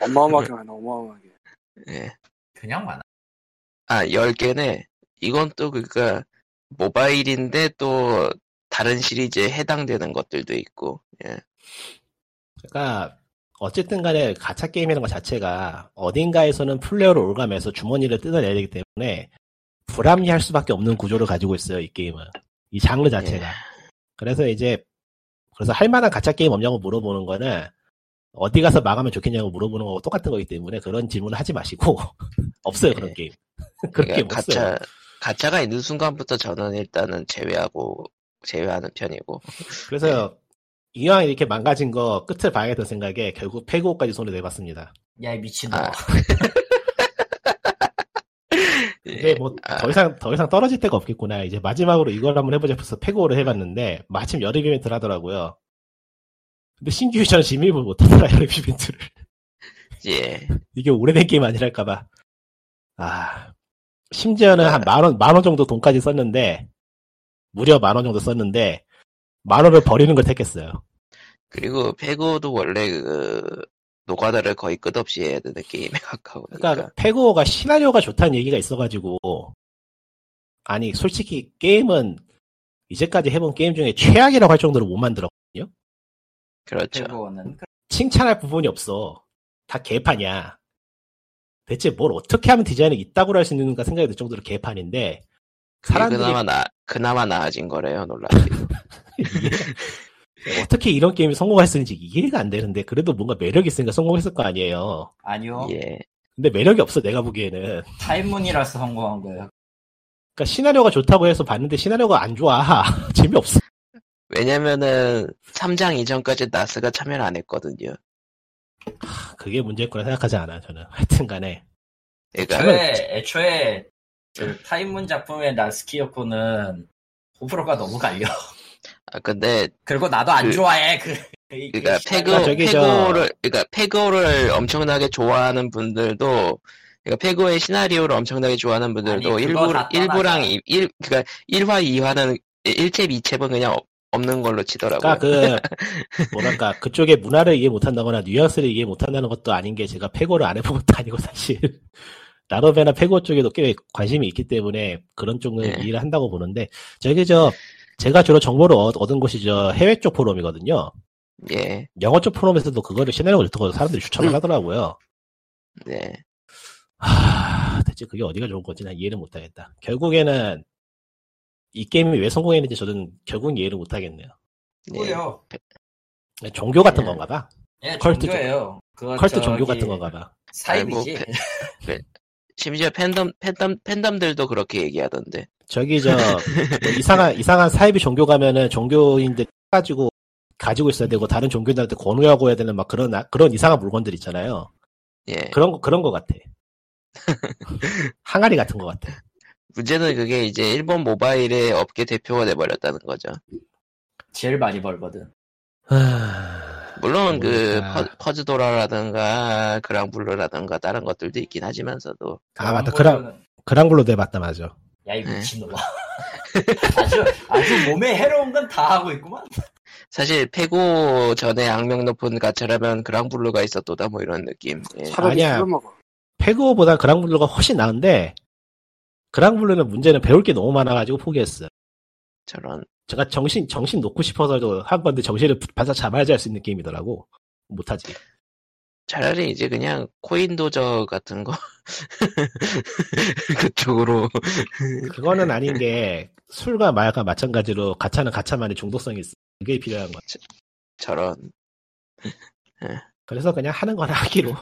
D: 어마어마하게 많아, 어마어마하게.
A: 예.
B: 그냥 많아.
A: 아, 열 개네. 이건 또 그니까 모바일인데 또 다른 시리즈에 해당되는 것들도 있고. 예.
C: 그러니까 어쨌든 간에 가챠 게임이라는 것 자체가 어딘가에서는 플레이어를 올감해서 주머니를 뜯어내야 되기 때문에 불합리할 수밖에 없는 구조를 가지고 있어요 이 게임은 이 장르 자체가
A: 예.
C: 그래서 이제 그래서 할 만한 가챠 게임 없냐고 물어보는 거는 어디 가서 망하면 좋겠냐고 물어보는 거하고 똑같은 거기 때문에 그런 질문을 하지 마시고 없어요
A: 예.
C: 그런 게임 그런 게임
A: 그러니까
C: 없어요
A: 가차 가차가 있는 순간부터 저는 일단은 제외하고 제외하는 편이고.
C: 그래서
A: 예.
C: 이왕 이렇게 망가진 거 끝을 봐야겠다는 생각에 결국 페고까지 손을 내봤습니다
B: 야이 미친놈.
A: 아.
C: 이게 뭐,
A: 아.
C: 더 이상, 더 이상 떨어질 데가 없겠구나. 이제 마지막으로 이걸 한번 해보자 싶어서 페고를 해봤는데, 마침 여름 이벤트를 하더라고요. 근데 신규 유저는 진입을 못하더라, 여름 이벤트를.
A: 예.
C: 이게 오래된 게임 아니랄까봐. 아, 심지어는 한 만 원, 만 원 정도 돈까지 썼는데, 무려 만 원 정도 썼는데, 만 원을 버리는 걸 택했어요.
A: 그리고 페고도 원래 그 노가다를 거의 끝없이 해야 되는 게임에 가까우니까.
C: 그러니까, 페고가 시나리오가 좋다는 얘기가 있어가지고, 아니, 솔직히 게임은, 이제까지 해본 게임 중에 최악이라고 할 정도로 못 만들어.
A: 그렇죠.
B: 그거는
C: 칭찬할 부분이 없어. 다 개판이야. 대체 뭘 어떻게 하면 디자인이 있다고 할 수 있는가 생각이 들 정도로 개판인데 사람들이
A: 그나마 나 그나마 나아진 거래요 놀랍게.
C: 어떻게 이런 게임이 성공했을지 이해가 안 되는데 그래도 뭔가 매력이 있으니까 성공했을 거 아니에요.
B: 아니요
A: 예.
C: 근데 매력이 없어 내가 보기에는.
B: 타임문이라서 성공한 거예요.
C: 그러니까 시나리오가 좋다고 해서 봤는데 시나리오가 안 좋아. 재미없어.
A: 왜냐면은 3장 이전까지 나스가 참여를 안 했거든요.
C: 아, 그게 문제일 거라 생각하지 않아 저는. 하여튼간에
A: 그러니까
B: 애초에 애초에 그 타임문 작품의 라스키요코는 호불호가 너무 갈려.
A: 아, 근데
B: 그리고 나도 안
A: 그-
B: 좋아해. 그, 그- 그
A: 그러니까
B: 시발-
A: 페고
C: 아, 저기 저-
A: 페고를 그러니까 페고를 엄청나게 좋아하는 분들도 그러니까 페고의 시나리오를 엄청나게 좋아하는 분들도
B: 아니,
A: 일부
B: 그거 다 떠나서.
A: 일부랑 이- 일 그러니까 1화 2화는 1챕 2챕은 그냥 없- 없는 걸로 치더라고요.
C: 그러니까 그 뭐랄까 그쪽의 문화를 이해 못한다거나 뉘앙스를 이해 못한다는 것도 아닌 게 제가 페고를 안 해본 것도 아니고 사실 나로베나 페고 쪽에도 꽤 관심이 있기 때문에 그런 쪽은
A: 네.
C: 이해를 한다고 보는데 저기 저 제가 주로 정보를 얻- 얻은 곳이 저 해외 쪽 포럼이거든요. 그
A: 예. 유튜브
C: 영어 쪽 포럼에서도 그거를 시나리오 유튜브 사람들이 추천을
A: 음.
C: 하더라고요.
A: 네.
C: 하, 대체 그게 어디가 좋은 건지 난 이해를 못하겠다. 결국에는 이 게임이 왜 성공했는지 저는 결국은 이해를 못하겠네요.
A: 예.
B: 뭐요?
C: 종교 같은
A: 네.
C: 건가 봐.
B: 예,
C: 컬트
B: 종교예요. 그거
C: 컬트
B: 저기
C: 종교 같은 건가 봐.
B: 사이비지.
A: 아이고, 심지어 팬덤 팬덤 팬덤들도 그렇게 얘기하던데.
C: 저기 저뭐 이상한 이상한 사이비 종교 가면은 종교인들 가지고 가지고 있어야 되고 다른 종교인들한테 권유하고 해야 되는 막 그런 아- 그런 이상한 물건들 있잖아요.
A: 예.
C: 그런 거 그런 거 같아. 항아리 같은 거 같아.
A: 문제는 그게 이제 일본 모바일의 업계 대표가 돼 버렸다는 거죠.
B: 제일 많이 벌거든.
C: 하...
A: 물론 그
C: 모르겠다.
A: 퍼, 즈도라라든가 그랑블루라든가 다른 것들도 있긴 하지만서도
C: 아 맞다. 그랑
B: 그런
C: 그랑블로 대봤다 맞아.
B: 야이
A: 네.
B: 미친놈아. 아주 아주 몸에 해로운 건 다 하고 있구만.
A: 사실 페고 전에 악명 높은 가차라면 그랑블루가 있었도다 뭐 이런 느낌. 예.
D: 차라리
C: 아니야.
D: 술을 먹어.
C: 페고보다 그랑블루가 훨씬 나은데 그랑블루는 문제는 배울 게 너무 많아가지고 포기했어.
A: 저런
C: 제가 정신 정신 놓고 싶어서도 한 건데 정신을 바짝 잡아야지 할 수 있는 게임이더라고. 못하지.
A: 차라리 이제 그냥 코인 도저 같은 거 그쪽으로
C: 그거는 아닌 게 술과 마약과 마찬가지로 가차는 가차만의 중독성이 있어. 그게 필요한 거야.
A: 저런
C: 그래서 그냥 하는 거나 하기로.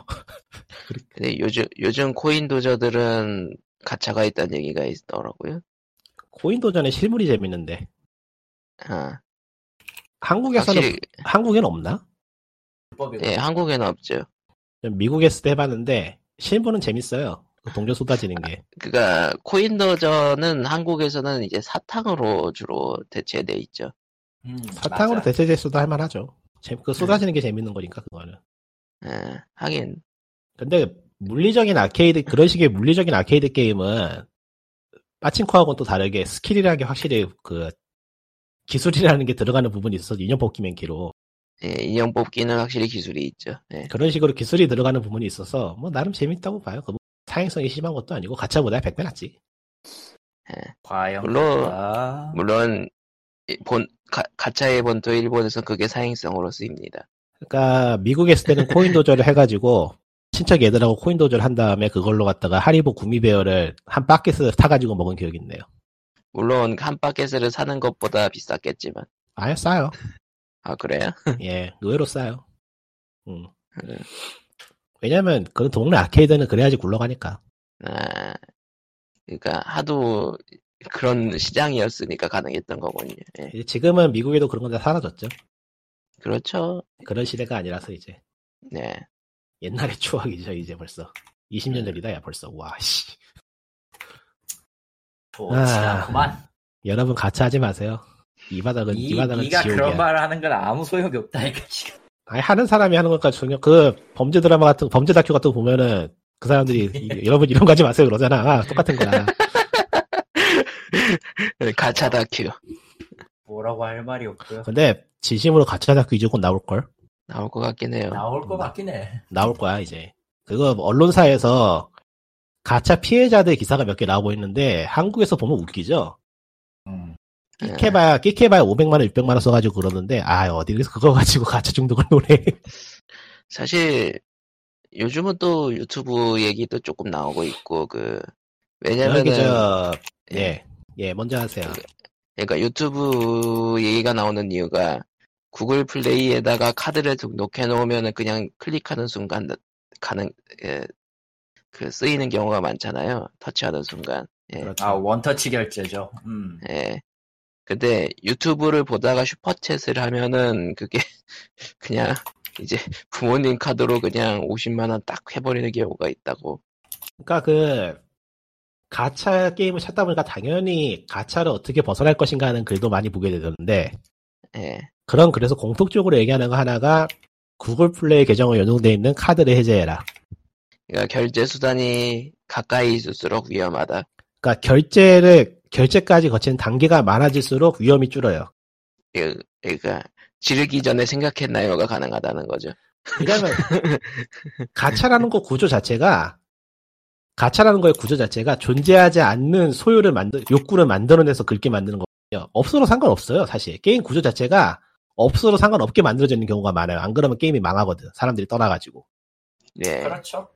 A: 근데 요즘 요즘 코인 도저들은 가차가 있다는 얘기가 있더라고요.
C: 코인 도전의 실물이 재밌는데.
A: 아,
C: 한국에서는,
A: 확실히
C: 한국엔 없나?
B: 불법이고.
A: 예, 한국에는 없죠.
C: 미국에서도 해봤는데, 실물은 재밌어요. 그 동전 쏟아지는 게.
A: 그니까 코인 도저는 한국에서는 이제 사탕으로 주로 대체돼 있죠.
B: 음,
C: 사탕으로
B: 맞아.
C: 대체제수도 할만하죠. 재- 그 쏟아지는 게 재밌는 거니까, 그거는.
A: 예, 하긴
C: 근데 물리적인 아케이드 그런 식의 물리적인 아케이드 게임은 빠칭코하고는 또 다르게 스킬이라는 게 확실히 그 기술이라는 게 들어가는 부분이 있어서 인형 뽑기 맨키로
A: 예, 인형 뽑기는 확실히 기술이 있죠. 예.
C: 그런 식으로 기술이 들어가는 부분이 있어서 뭐 나름 재밌다고 봐요. 그 사행성이 심한 것도 아니고 가차보다 100배 낫지.
B: 과연. 아,
A: 물론-
B: 그럴까?
A: 물론 이 본 가, 가차의 본토 일본에서 그게 사행성으로 쓰입니다.
C: 그러니까 미국에 있을 때는 코인 도전을 해가지고 친척 애들하고 코인 도전을 한 다음에 그걸로 갖다가 하리보 구미베어를 한 바켓을 타가지고 먹은 기억이 있네요.
A: 물론 한 바켓을 사는 것보다 비쌌겠지만
C: 아예 싸요.
A: 아 그래요?
C: 예, 의외로 싸요. 음.
A: 그래요?
C: 왜냐면 그런 동네 아케이드는 그래야지 굴러가니까.
A: 아, 그러니까 하도 그런 시장이었으니까 가능했던 거군요. 예.
C: 이제 지금은 미국에도 그런 건 다 사라졌죠.
A: 그렇죠.
C: 그런 시대가 아니라서 이제
A: 네.
C: 옛날의 추억이죠. 이제 벌써 20년 전이다야 벌써. 와 씨.
B: 좋지
C: 아.
B: 않구만.
C: 여러분 가차 하지 마세요. 이 바닥은 이,
B: 이,
C: 바닥은
B: 네가
C: 지옥이야.
B: 그런 말 하는 건 아무 소용이 없다니까, 지금.
C: 아니 하는 사람이 하는 거니까 중요. 그 범죄 드라마 같은 거, 범죄 다큐 같은 거 보면은 그 사람들이 이- 여러분 이런 거 하지 마세요 그러잖아. 똑같은 거야.
A: 가차 다큐
B: 뭐라고 할 말이 없고요.
C: 근데 진심으로 가차 다큐 이제 곧 나올 걸.
A: 나올 것 같긴 해요.
B: 나올 것
C: 나-
B: 같긴 해.
C: 나올 거야 이제. 그거 뭐 언론사에서 가차 피해자들 기사가 몇 개 나오고 있는데 한국에서 보면 웃기죠.
B: 음.
A: 예.
C: 끼케바야 끼케바야 500만 원, 600만 원 써가지고 그러는데 아 어디서 그거 가지고 가차 중독을 노래.
A: 사실 요즘은 또 유튜브 얘기도 조금 나오고 있고 그 왜냐면은
C: 예예 먼저 하세요.
A: 그러니까 유튜브 얘기가 나오는 이유가 구글 플레이에다가 카드를 등록해 놓으면 그냥 클릭하는 순간 가능 예, 그 쓰이는 경우가 많잖아요. 터치하는 순간. 예.
C: 그렇죠.
B: 아, 원터치 결제죠. 음.
A: 예. 근데 유튜브를 보다가 슈퍼챗을 하면은 그게 그냥 이제 부모님 카드로 그냥 50만 원 딱 해버리는 경우가 있다고.
C: 그러니까 그 가차 게임을 찾다 보니까 당연히 가차를 어떻게 벗어날 것인가 하는 글도 많이 보게 되는데
A: 예.
C: 그런 그래서 공통적으로 얘기하는 거 하나가 구글 플레이 계정에 연동돼 있는 카드를 해제해라.
A: 그러니까 결제 수단이 가까이 있을수록 위험하다.
C: 그러니까 결제를 결제까지 거치는 단계가 많아질수록 위험이 줄어요.
A: 예, 그러니까 지르기 전에 생각했나요가 가능하다는 거죠.
C: 왜냐면 가차라는 거 구조 자체가 가차라는 거의 구조 자체가 존재하지 않는 소유를 만들 욕구를 만들어내서 그렇게 만드는 거거든요. 없어도 상관없어요, 사실. 게임 구조 자체가 없어도 상관없게 만들어지는 경우가 많아요. 안 그러면 게임이 망하거든. 사람들이 떠나가지고.
A: 예.
B: 그렇죠.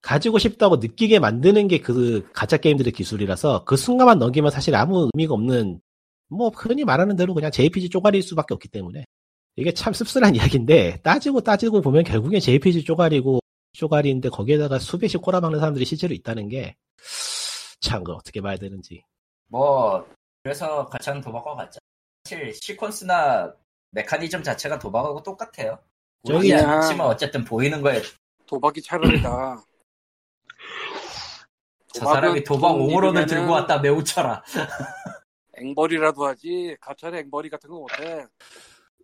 C: 가지고 싶다고 느끼게 만드는 게 그 가짜 게임들의 기술이라서 그 순간만 넘기면 사실 아무 의미가 없는 뭐 흔히 말하는 대로 그냥 JPG 쪼가리일 수밖에 없기 때문에 이게 참 씁쓸한 이야기인데 따지고 따지고 보면 결국엔 JPG 쪼가리고 쪼가리인데 거기에다가 수백씩 꼬라박는 사람들이 실제로 있다는 게참 그 어떻게 봐야 되는지
B: 뭐, 그래서 가차는 도박과 같죠. 사실, 시퀀스나 메커니즘 자체가 도박하고 똑같아요.
C: 저기-
B: 우리야 그렇지만 어쨌든 보이는 거에
D: 도박이 차라리다.
B: 저 사람이 도박 5원을 들고 왔다 매우 쳐라.
D: 앵벌이라도 하지. 가차는 앵벌이 같은 거 못해.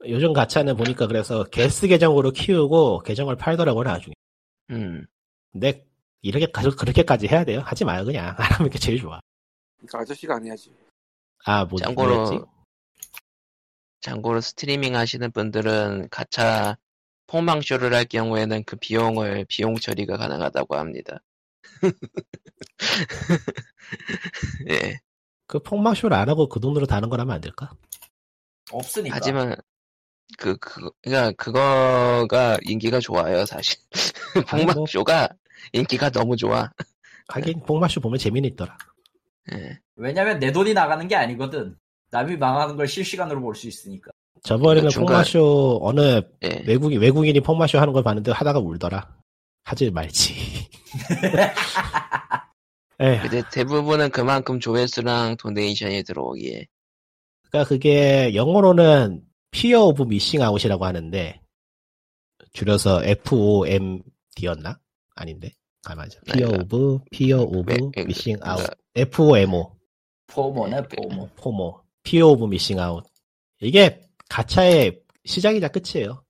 C: 요즘 가차는 보니까 그래서 게스 계정으로 키우고 계정을 팔더라고요 나중에
A: 음.
C: 근데 이렇게 그렇게까지 해야 돼요 하지 마요 그냥 안 하면 그게 제일 좋아
D: 그러니까 아저씨가 안 해야지.
C: 아 뭐,
A: 참고로
C: 뭐였지
A: 참고로 스트리밍 하시는 분들은 가차 폭망쇼를 할 경우에는 그 비용을 비용 처리가 가능하다고 합니다. 예.
C: 그 폭망쇼를 안 하고 그 돈으로 다른 걸 하면 안 될까?
B: 없으니까.
A: 하지만 그, 그, 그니까 그거가 인기가 좋아요, 사실.
B: 뭐
A: 폭망쇼가 인기가 너무 좋아.
C: 하긴 폭망쇼 보면 재미는 있더라.
A: 예.
B: 왜냐면 내 돈이 나가는 게 아니거든. 남이 망하는 걸 실시간으로 볼 수 있으니까.
C: 저번에는
A: 중간-
C: 폭마쇼 어느
A: 예.
C: 외국인 외국인이 폭마쇼 하는 걸 봤는데 하다가 울더라. 하지 말지. 예, 에
A: 근데 대부분은 그만큼 조회수랑 도네이션이 들어오기에
C: 그러니까 그게 영어로는 Fear of Missing Out이라고 하는데 줄여서 FOMD였나? 아닌데. 아 맞아. Fear
A: 네,
C: of Fear
A: 왜-
C: of
A: 그-
C: Missing
A: 그러니까
C: Out. FOMO.
B: 포모네
A: 네,
B: 포모.
C: 포모. Fear of Missing Out. 이게 가차의 시작이자 끝이에요.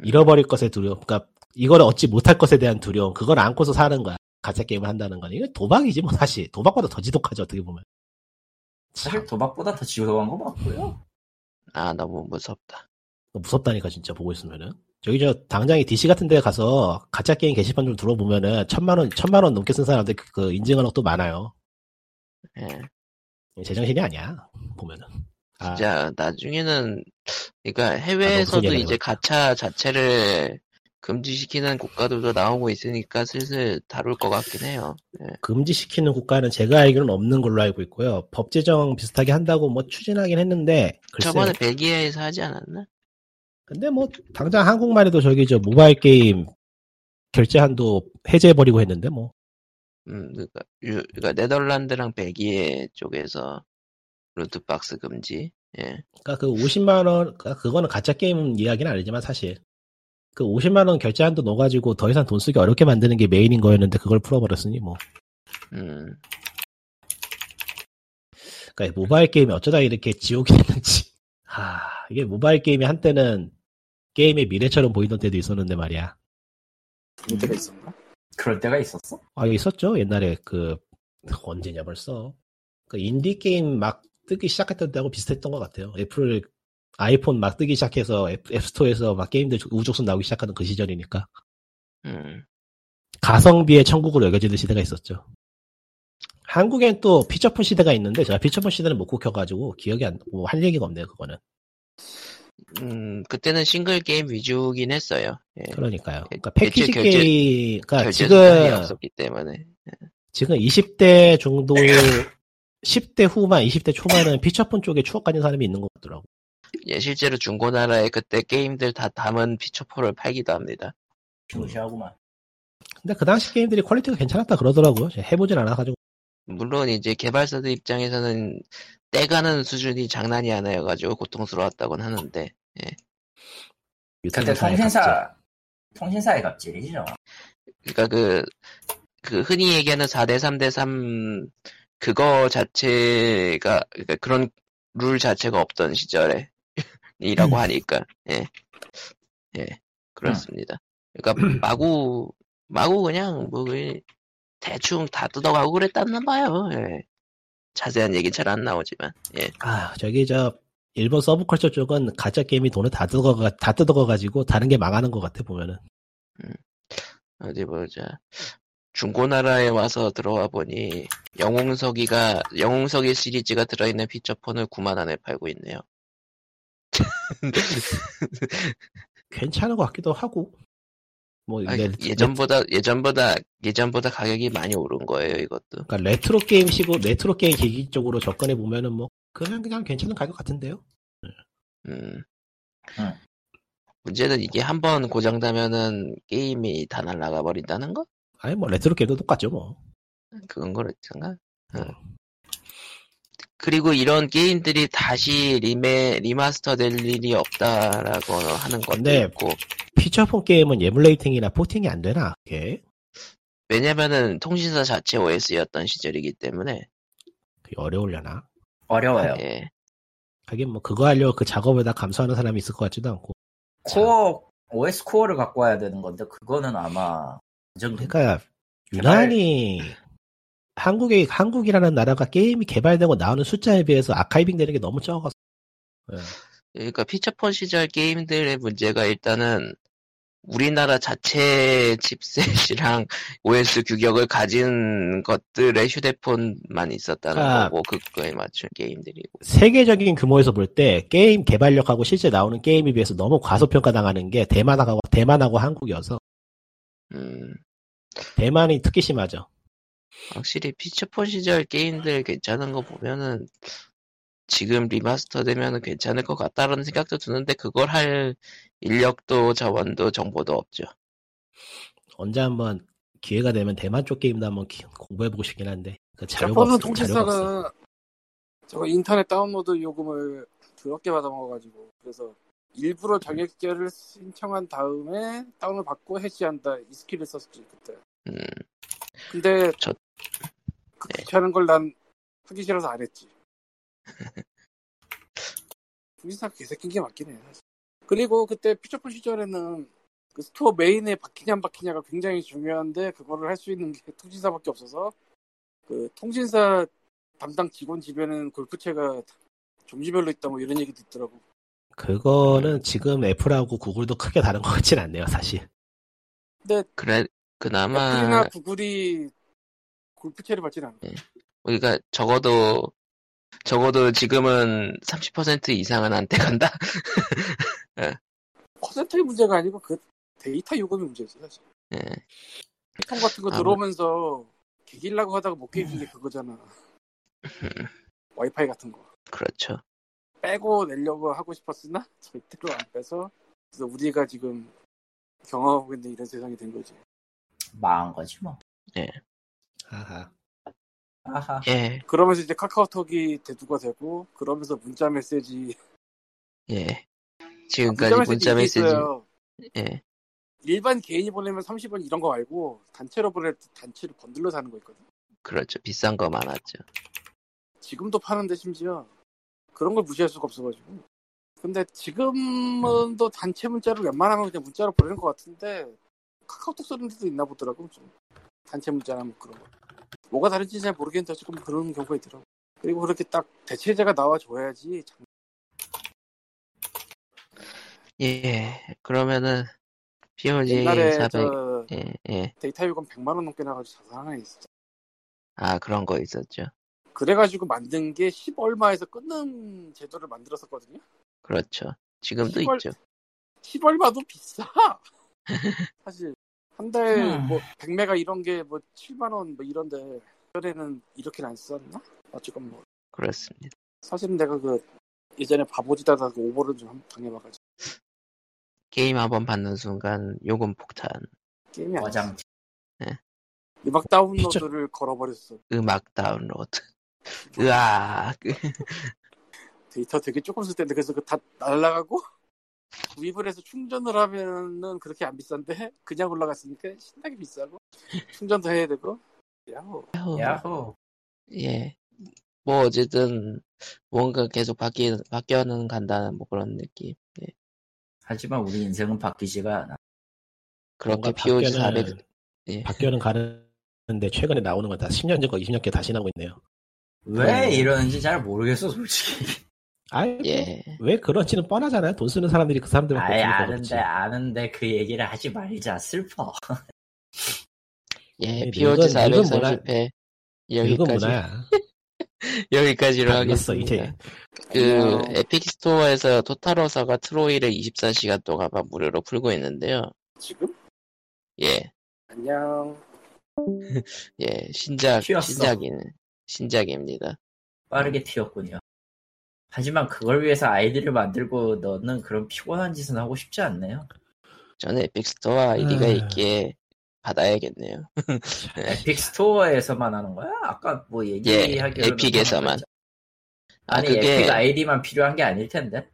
A: 음.
C: 잃어버릴 것에 두려움. 그러니까 이걸 얻지 못할 것에 대한 두려움. 그걸 안고서 사는 거야. 가짜 게임을 한다는 건. 이건 도박이지 뭐 사실. 도박보다 더 지독하죠 어떻게 보면.
A: 네.
B: 사실 도박보다 더 지루한 거 맞고요.
A: 아 너무 무섭다.
C: 무섭다니까 진짜 보고 있으면은 저기 저 당장에 DC 같은 데 가서 가짜 게임 게시판 좀 들어보면은 천만 원 천만 원 넘게 쓴 사람들 그, 그 인증하는 것도 많아요
A: 예.
C: 제정신이 아니야 보면은 아,
A: 진짜 나중에는 그러니까
C: 아,
A: 해외에서도
C: 너무 큰
A: 이제
C: 얘기네요.
A: 가차 자체를 금지시키는 국가들도 나오고 있으니까 슬슬 다룰 것 같긴 해요. 예.
C: 금지시키는 국가는 제가 알기로는 없는 걸로 알고 있고요 법 제정 비슷하게 한다고 뭐 추진하긴 했는데 글쎄
A: 저번에 벨기에에서 하지 않았나?
C: 근데 뭐 당장 한국만 해도 저기 저 모바일 게임 결제 한도 해제해버리고 했는데 뭐
A: 음, 그러니까, 유- 그러니까 네덜란드랑 벨기에 쪽에서 루트박스 금지. 예.
C: 그러니까 그 50만 원, 그러니까 그거는 가짜 게임 이야기는 아니지만 사실 그 50만 원 결제 한도 넣어가지고 더 이상 돈 쓰기 어렵게 만드는 게 메인인 거였는데 그걸 풀어버렸으니 뭐.
A: 음,
C: 그러니까 모바일 게임이 어쩌다 이렇게 지옥이 됐는지. 하, 이게 모바일 게임이 한때는 게임의 미래처럼 보이던 때도 있었는데 말이야.
D: 문제가 있었나?
B: 그럴 때가 있었어?
C: 아, 이거 있었죠. 옛날에 그 언제냐 벌써. 그 인디 게임 막 뜨기 시작했던 때하고 비슷했던 것 같아요. 애플 아이폰 막 뜨기 시작해서 앱, 앱스토어에서 막 게임들 우죽순 나오기 시작하는 그 시절이니까.
A: 음.
C: 가성비의 천국으로 여겨지는 시대가 있었죠. 한국엔 또 피처폰 시대가 있는데 제가 피처폰 시대는 못 고켜가지고 기억이 안, 뭐 할 얘기가 없네요 그거는.
A: 음, 그때는 싱글 게임 위주긴 했어요. 예.
C: 그러니까요. 그러니까
A: 결제,
C: 패키지
A: 결제,
C: 게임, 그러니까
A: 결제
C: 지금
A: 수단이 없었기 때문에.
C: 지금 20대 정도, 10대 후반, 20대 초반은 피처폰 쪽에 추억 가진 사람이 있는 것 같더라고.
A: 예, 실제로 중고나라에 그때 게임들 다 담은 피처포를 팔기도 합니다.
B: 중시하구만.
C: 근데 그 당시 게임들이 퀄리티가 괜찮았다 그러더라고요. 제가 해보진 않아가지고.
A: 물론 이제 개발사들 입장에서는 떼가는 수준이 장난이 아니어가지고 고통스러웠다곤 하는데
B: 그때
C: 유통사의 각자.
B: 통신사 통신사의 갑질이죠.
A: 그러니까 그, 그 흔히 얘기하는 4대 3대 3 그거 자체가 그러니까 그런 룰 자체가 없던 시절에 이라고 하니까 예. 예. 그렇습니다. 그러니까 마구 마구 그냥 뭐 그- 대충 다 뜯어가고 그랬다나 봐요. 예. 자세한 얘기 잘 안 나오지만. 예.
C: 아, 저기 저 일본 서브컬처 쪽은 가짜 게임이 돈을 다 뜯어가 다 뜯어가가지고 다른 게 망하는 것 같아 보면은.
A: 어디 보자. 중고나라에 와서 들어와 보니 영웅석이가 영웅석이 시리즈가 들어있는 피처폰을 9만 원에 팔고 있네요.
C: 괜찮은 것 같기도 하고 뭐
A: 아,
C: 이게
A: 예전보다 예전보다 예전보다 가격이 많이 오른 거예요 이것도.
C: 그러니까 레트로 게임식으로 레트로 게임 기기 쪽으로 접근해 보면은 뭐 그냥 그냥 괜찮은 가격 같은데요.
A: 음.
B: 응.
A: 문제는 이게 한 번 고장나면은 게임이 다 날라가 버린다는 거?
C: 아니 뭐 레트로 게임도 똑같죠 뭐.
A: 그건 그렇던가? 응. 그리고 이런 게임들이 다시 리메 리마스터 될 일이 없다라고 하는 것도
C: 네.
A: 있고
C: 피처폰 게임은 에뮬레이팅이나 포팅이 안 되나? 그게
A: 왜냐면은 통신사 자체 OS였던 시절이기 때문에
C: 그게 어려우려나?
B: 어려워요.
A: 예.
C: 하긴 뭐 그거 하려고 그 작업에다 감수하는 사람이 있을 것 같지도 않고.
B: 코어 OS 코어를 갖고 와야 되는 건데 그거는 아마 좀
C: 그러니까 유난히 한국의 한국이라는 나라가 게임이 개발되고 나오는 숫자에 비해서 아카이빙 되는 게 너무 적어서. 예.
A: 그러니까 피처폰 시절 게임들의 문제가 일단은 우리나라 자체 칩셋이랑 OS 규격을 가진 것들의 휴대폰만 있었다는
C: 아.
A: 거고 그거에 맞춘 게임들이고
C: 세계적인 규모에서 볼 때 게임 개발력하고 실제 나오는 게임에 비해서 너무 과소평가 당하는 게 대만하고 대만하고 한국이어서
A: 음,
C: 대만이 특히 심하죠.
A: 확실히 피처폰 시절 게임들 괜찮은 거 보면은 지금 리마스터 되면 괜찮을 것 같다라는 생각도 드는데 그걸 할 인력도 자원도 정보도 없죠.
C: 언제 한번 기회가 되면 대만 쪽 게임도 한번 기- 공부해보고 싶긴 한데 그 자료가 없어.
D: 저번은
C: 자료가 없어.
D: 통신사가 저거 인터넷 다운로드 요금을 더럽게 받아먹어가지고 그래서 일부러 정액제를 신청한 다음에 다운을 받고 해지한다 이 스킬을 썼지 그때.
A: 음.
D: 근데
A: 저-
D: 그
A: 네.
D: 귀찮은 걸 난 하기 싫어서 안 했지. 통신사 개새낀 게 맞긴 해. 사실. 그리고 그때 피처폰 시절에는 그 스토어 메인에 박히냐 안 박히냐가 굉장히 중요한데 그거를 할 수 있는 게 통신사밖에 없어서 그 통신사 담당 직원 집에는 골프채가 종류별로 있다 뭐 이런 얘기도 있더라고.
C: 그거는 지금 애플하고 구글도 크게 다른 것 같진 않네요 사실
A: 그래 아.
D: 애플이나
A: 그나마
D: 구글이 골프채를 받지는 않아.
A: 우리가 적어도 적어도 지금은 30% 이상은 안 돼간다.
D: 퍼센트의 문제가 아니고 그 데이터 요금이 문제지 사실.
A: 예.
D: 폰 같은 거
A: 아,
D: 들어오면서 개길라고 하다가 못 개긴 게 그거잖아. 와이파이 같은 거
A: 그렇죠.
D: 빼고 내려고 하고 싶었으나 절대로 안 빼서 그래서 우리가 지금 경험하고 있는 이런 세상이 된 거지.
B: 망한 거지 뭐.
C: 아하.
B: 아하.
A: 예,
D: 그러면서 이제 카카오톡이 대두가 되고 그러면서 문자 메시지
A: 예.
D: 아, 문자
A: 지금까지
D: 메시지
A: 문자
D: 이게
A: 메시지,
D: 있어요.
A: 예,
D: 일반 개인이 보내면 30원 이런 거 말고 단체로 보낼 때 단체로 번들러 사는 거 있거든.
A: 그렇죠. 비싼 거 많았죠.
D: 지금도 파는데 심지어 그런 걸 무시할 수가 없어가지고. 근데 지금은 또 단체 문자를 웬만하면 그냥 문자로 보내는 것 같은데 카카오톡 쓰는 데도 있나 보더라고 좀. 단체 문자나 뭐 그런 거. 뭐가 다른지 잘 모르겠는데 지금 그런 경우가 있더라고. 그리고 그렇게 딱 대체제가 나와줘야지 참
A: 예, 그러면은 POG
D: 옛날에
A: 400,
D: 저
A: 예, 예.
D: 데이터 요금 100만 원 넘게 나가지고 자산 하나 있어.
A: 아 그런 거 있었죠.
D: 그래가지고 만든 게 10 얼마에서 끊는 제도를 만들었었거든요.
A: 그렇죠. 지금도
D: 시골-
A: 있죠.
D: 10 얼마도 비싸. 사실 한 달
B: 음.
D: 뭐 100메가 이런 게 뭐 7만 원 뭐 이런데 전에는 이렇게는 안 썼나? 어쨌건 뭐
A: 그렇습니다.
D: 사실은 내가 그 예전에 바보지다가 그 오버를 좀 한- 당해봐가지고
A: 게임 한 번 받는 순간 요금 폭탄,
D: 게임이 안
B: 어장.
D: 돼. 음악 다운로드를 걸어버렸어.
A: 음악 다운로드, 으악,
D: 데이터 되게 조금 쓸 텐데 그래서 그 다 날라가고 구입을 해서 충전을 하면은 그렇게 안 비싼데 그냥 올라갔으니까 신나게 비싸고 충전도 해야 되고 야호
C: 어.
B: 야호.
A: 예. 뭐 어쨌든 뭔가 계속 바뀌 바뀌어는 간다는 뭐 그런 느낌. 예.
B: 하지만 우리 인생은 바뀌지가 않아.
A: 그렇게
C: 뭔가
A: POG 400,
C: 바뀌어는
A: 예.
C: 바뀌어는 가는데 최근에 나오는 건 다 10년 전거 20년 게 다시 나오고 있네요.
B: 왜 이러는지 잘 모르겠어 솔직히.
C: 아이 뭐,
A: 예.
C: 왜 그런지는 뻔하잖아요. 돈 쓰는 사람들이 그 사람들만
B: 아예
C: 고치니까
B: 아는데 아는데 그 얘기를 하지 말자 슬퍼.
A: 예,
C: 예, 늙은-
A: POG
C: 늙은 문화-
A: 430회
C: 늙은
A: 여기까지
C: 문화야.
A: 여기까지로
C: 다 늙었어,
A: 하겠습니다.
C: 이제.
A: 그
D: 안녕.
A: 에픽 스토어에서 토탈워사가 트로이를 24시간 동안 막 무료로 풀고 있는데요.
D: 지금
A: 예,
D: 안녕
A: 예, 신작
B: 튀었어.
A: 신작인 신작입니다.
B: 빠르게 튀었군요. 하지만 그걸 위해서 아이디를 만들고 넣는 그런 피곤한 짓은 하고 싶지 않네요.
A: 저는 에픽 스토어 아이디가
C: 아.
A: 있기에 받아야겠네요.
B: 에픽 스토어에서만 하는 거야? 아까 뭐 얘기하기로
A: 예, 에픽에서만. 아,
B: 아니
A: 그게-
B: 에픽 아이디만 필요한 게 아닐 텐데.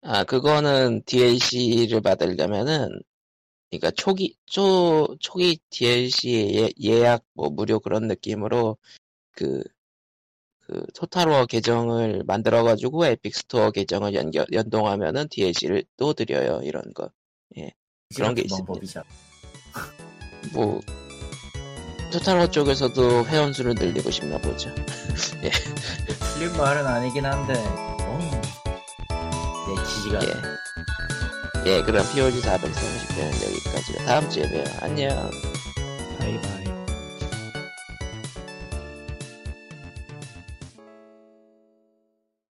A: 아, 그거는 DLC를 받으려면은 그러니까 초기 초 초기 DLC 예, 약뭐 무료 그런 느낌으로 그 그 토탈워 계정을 만들어 가지고 에픽 스토어 계정을 연결 연동하면은 DLC를 또 드려요. 이런 거. 그런 게 있습니다.
B: 방법이죠.
A: 뭐 토탈워 쪽에서도 회원수를 늘리고 싶나 보죠.
B: 네, 틀린 말은 아니긴 한데 너무 내 기지가
A: 예. 예, 그럼 POG 430회는 여기까지고 다음 주에 봬요. 안녕.
C: 바이바이.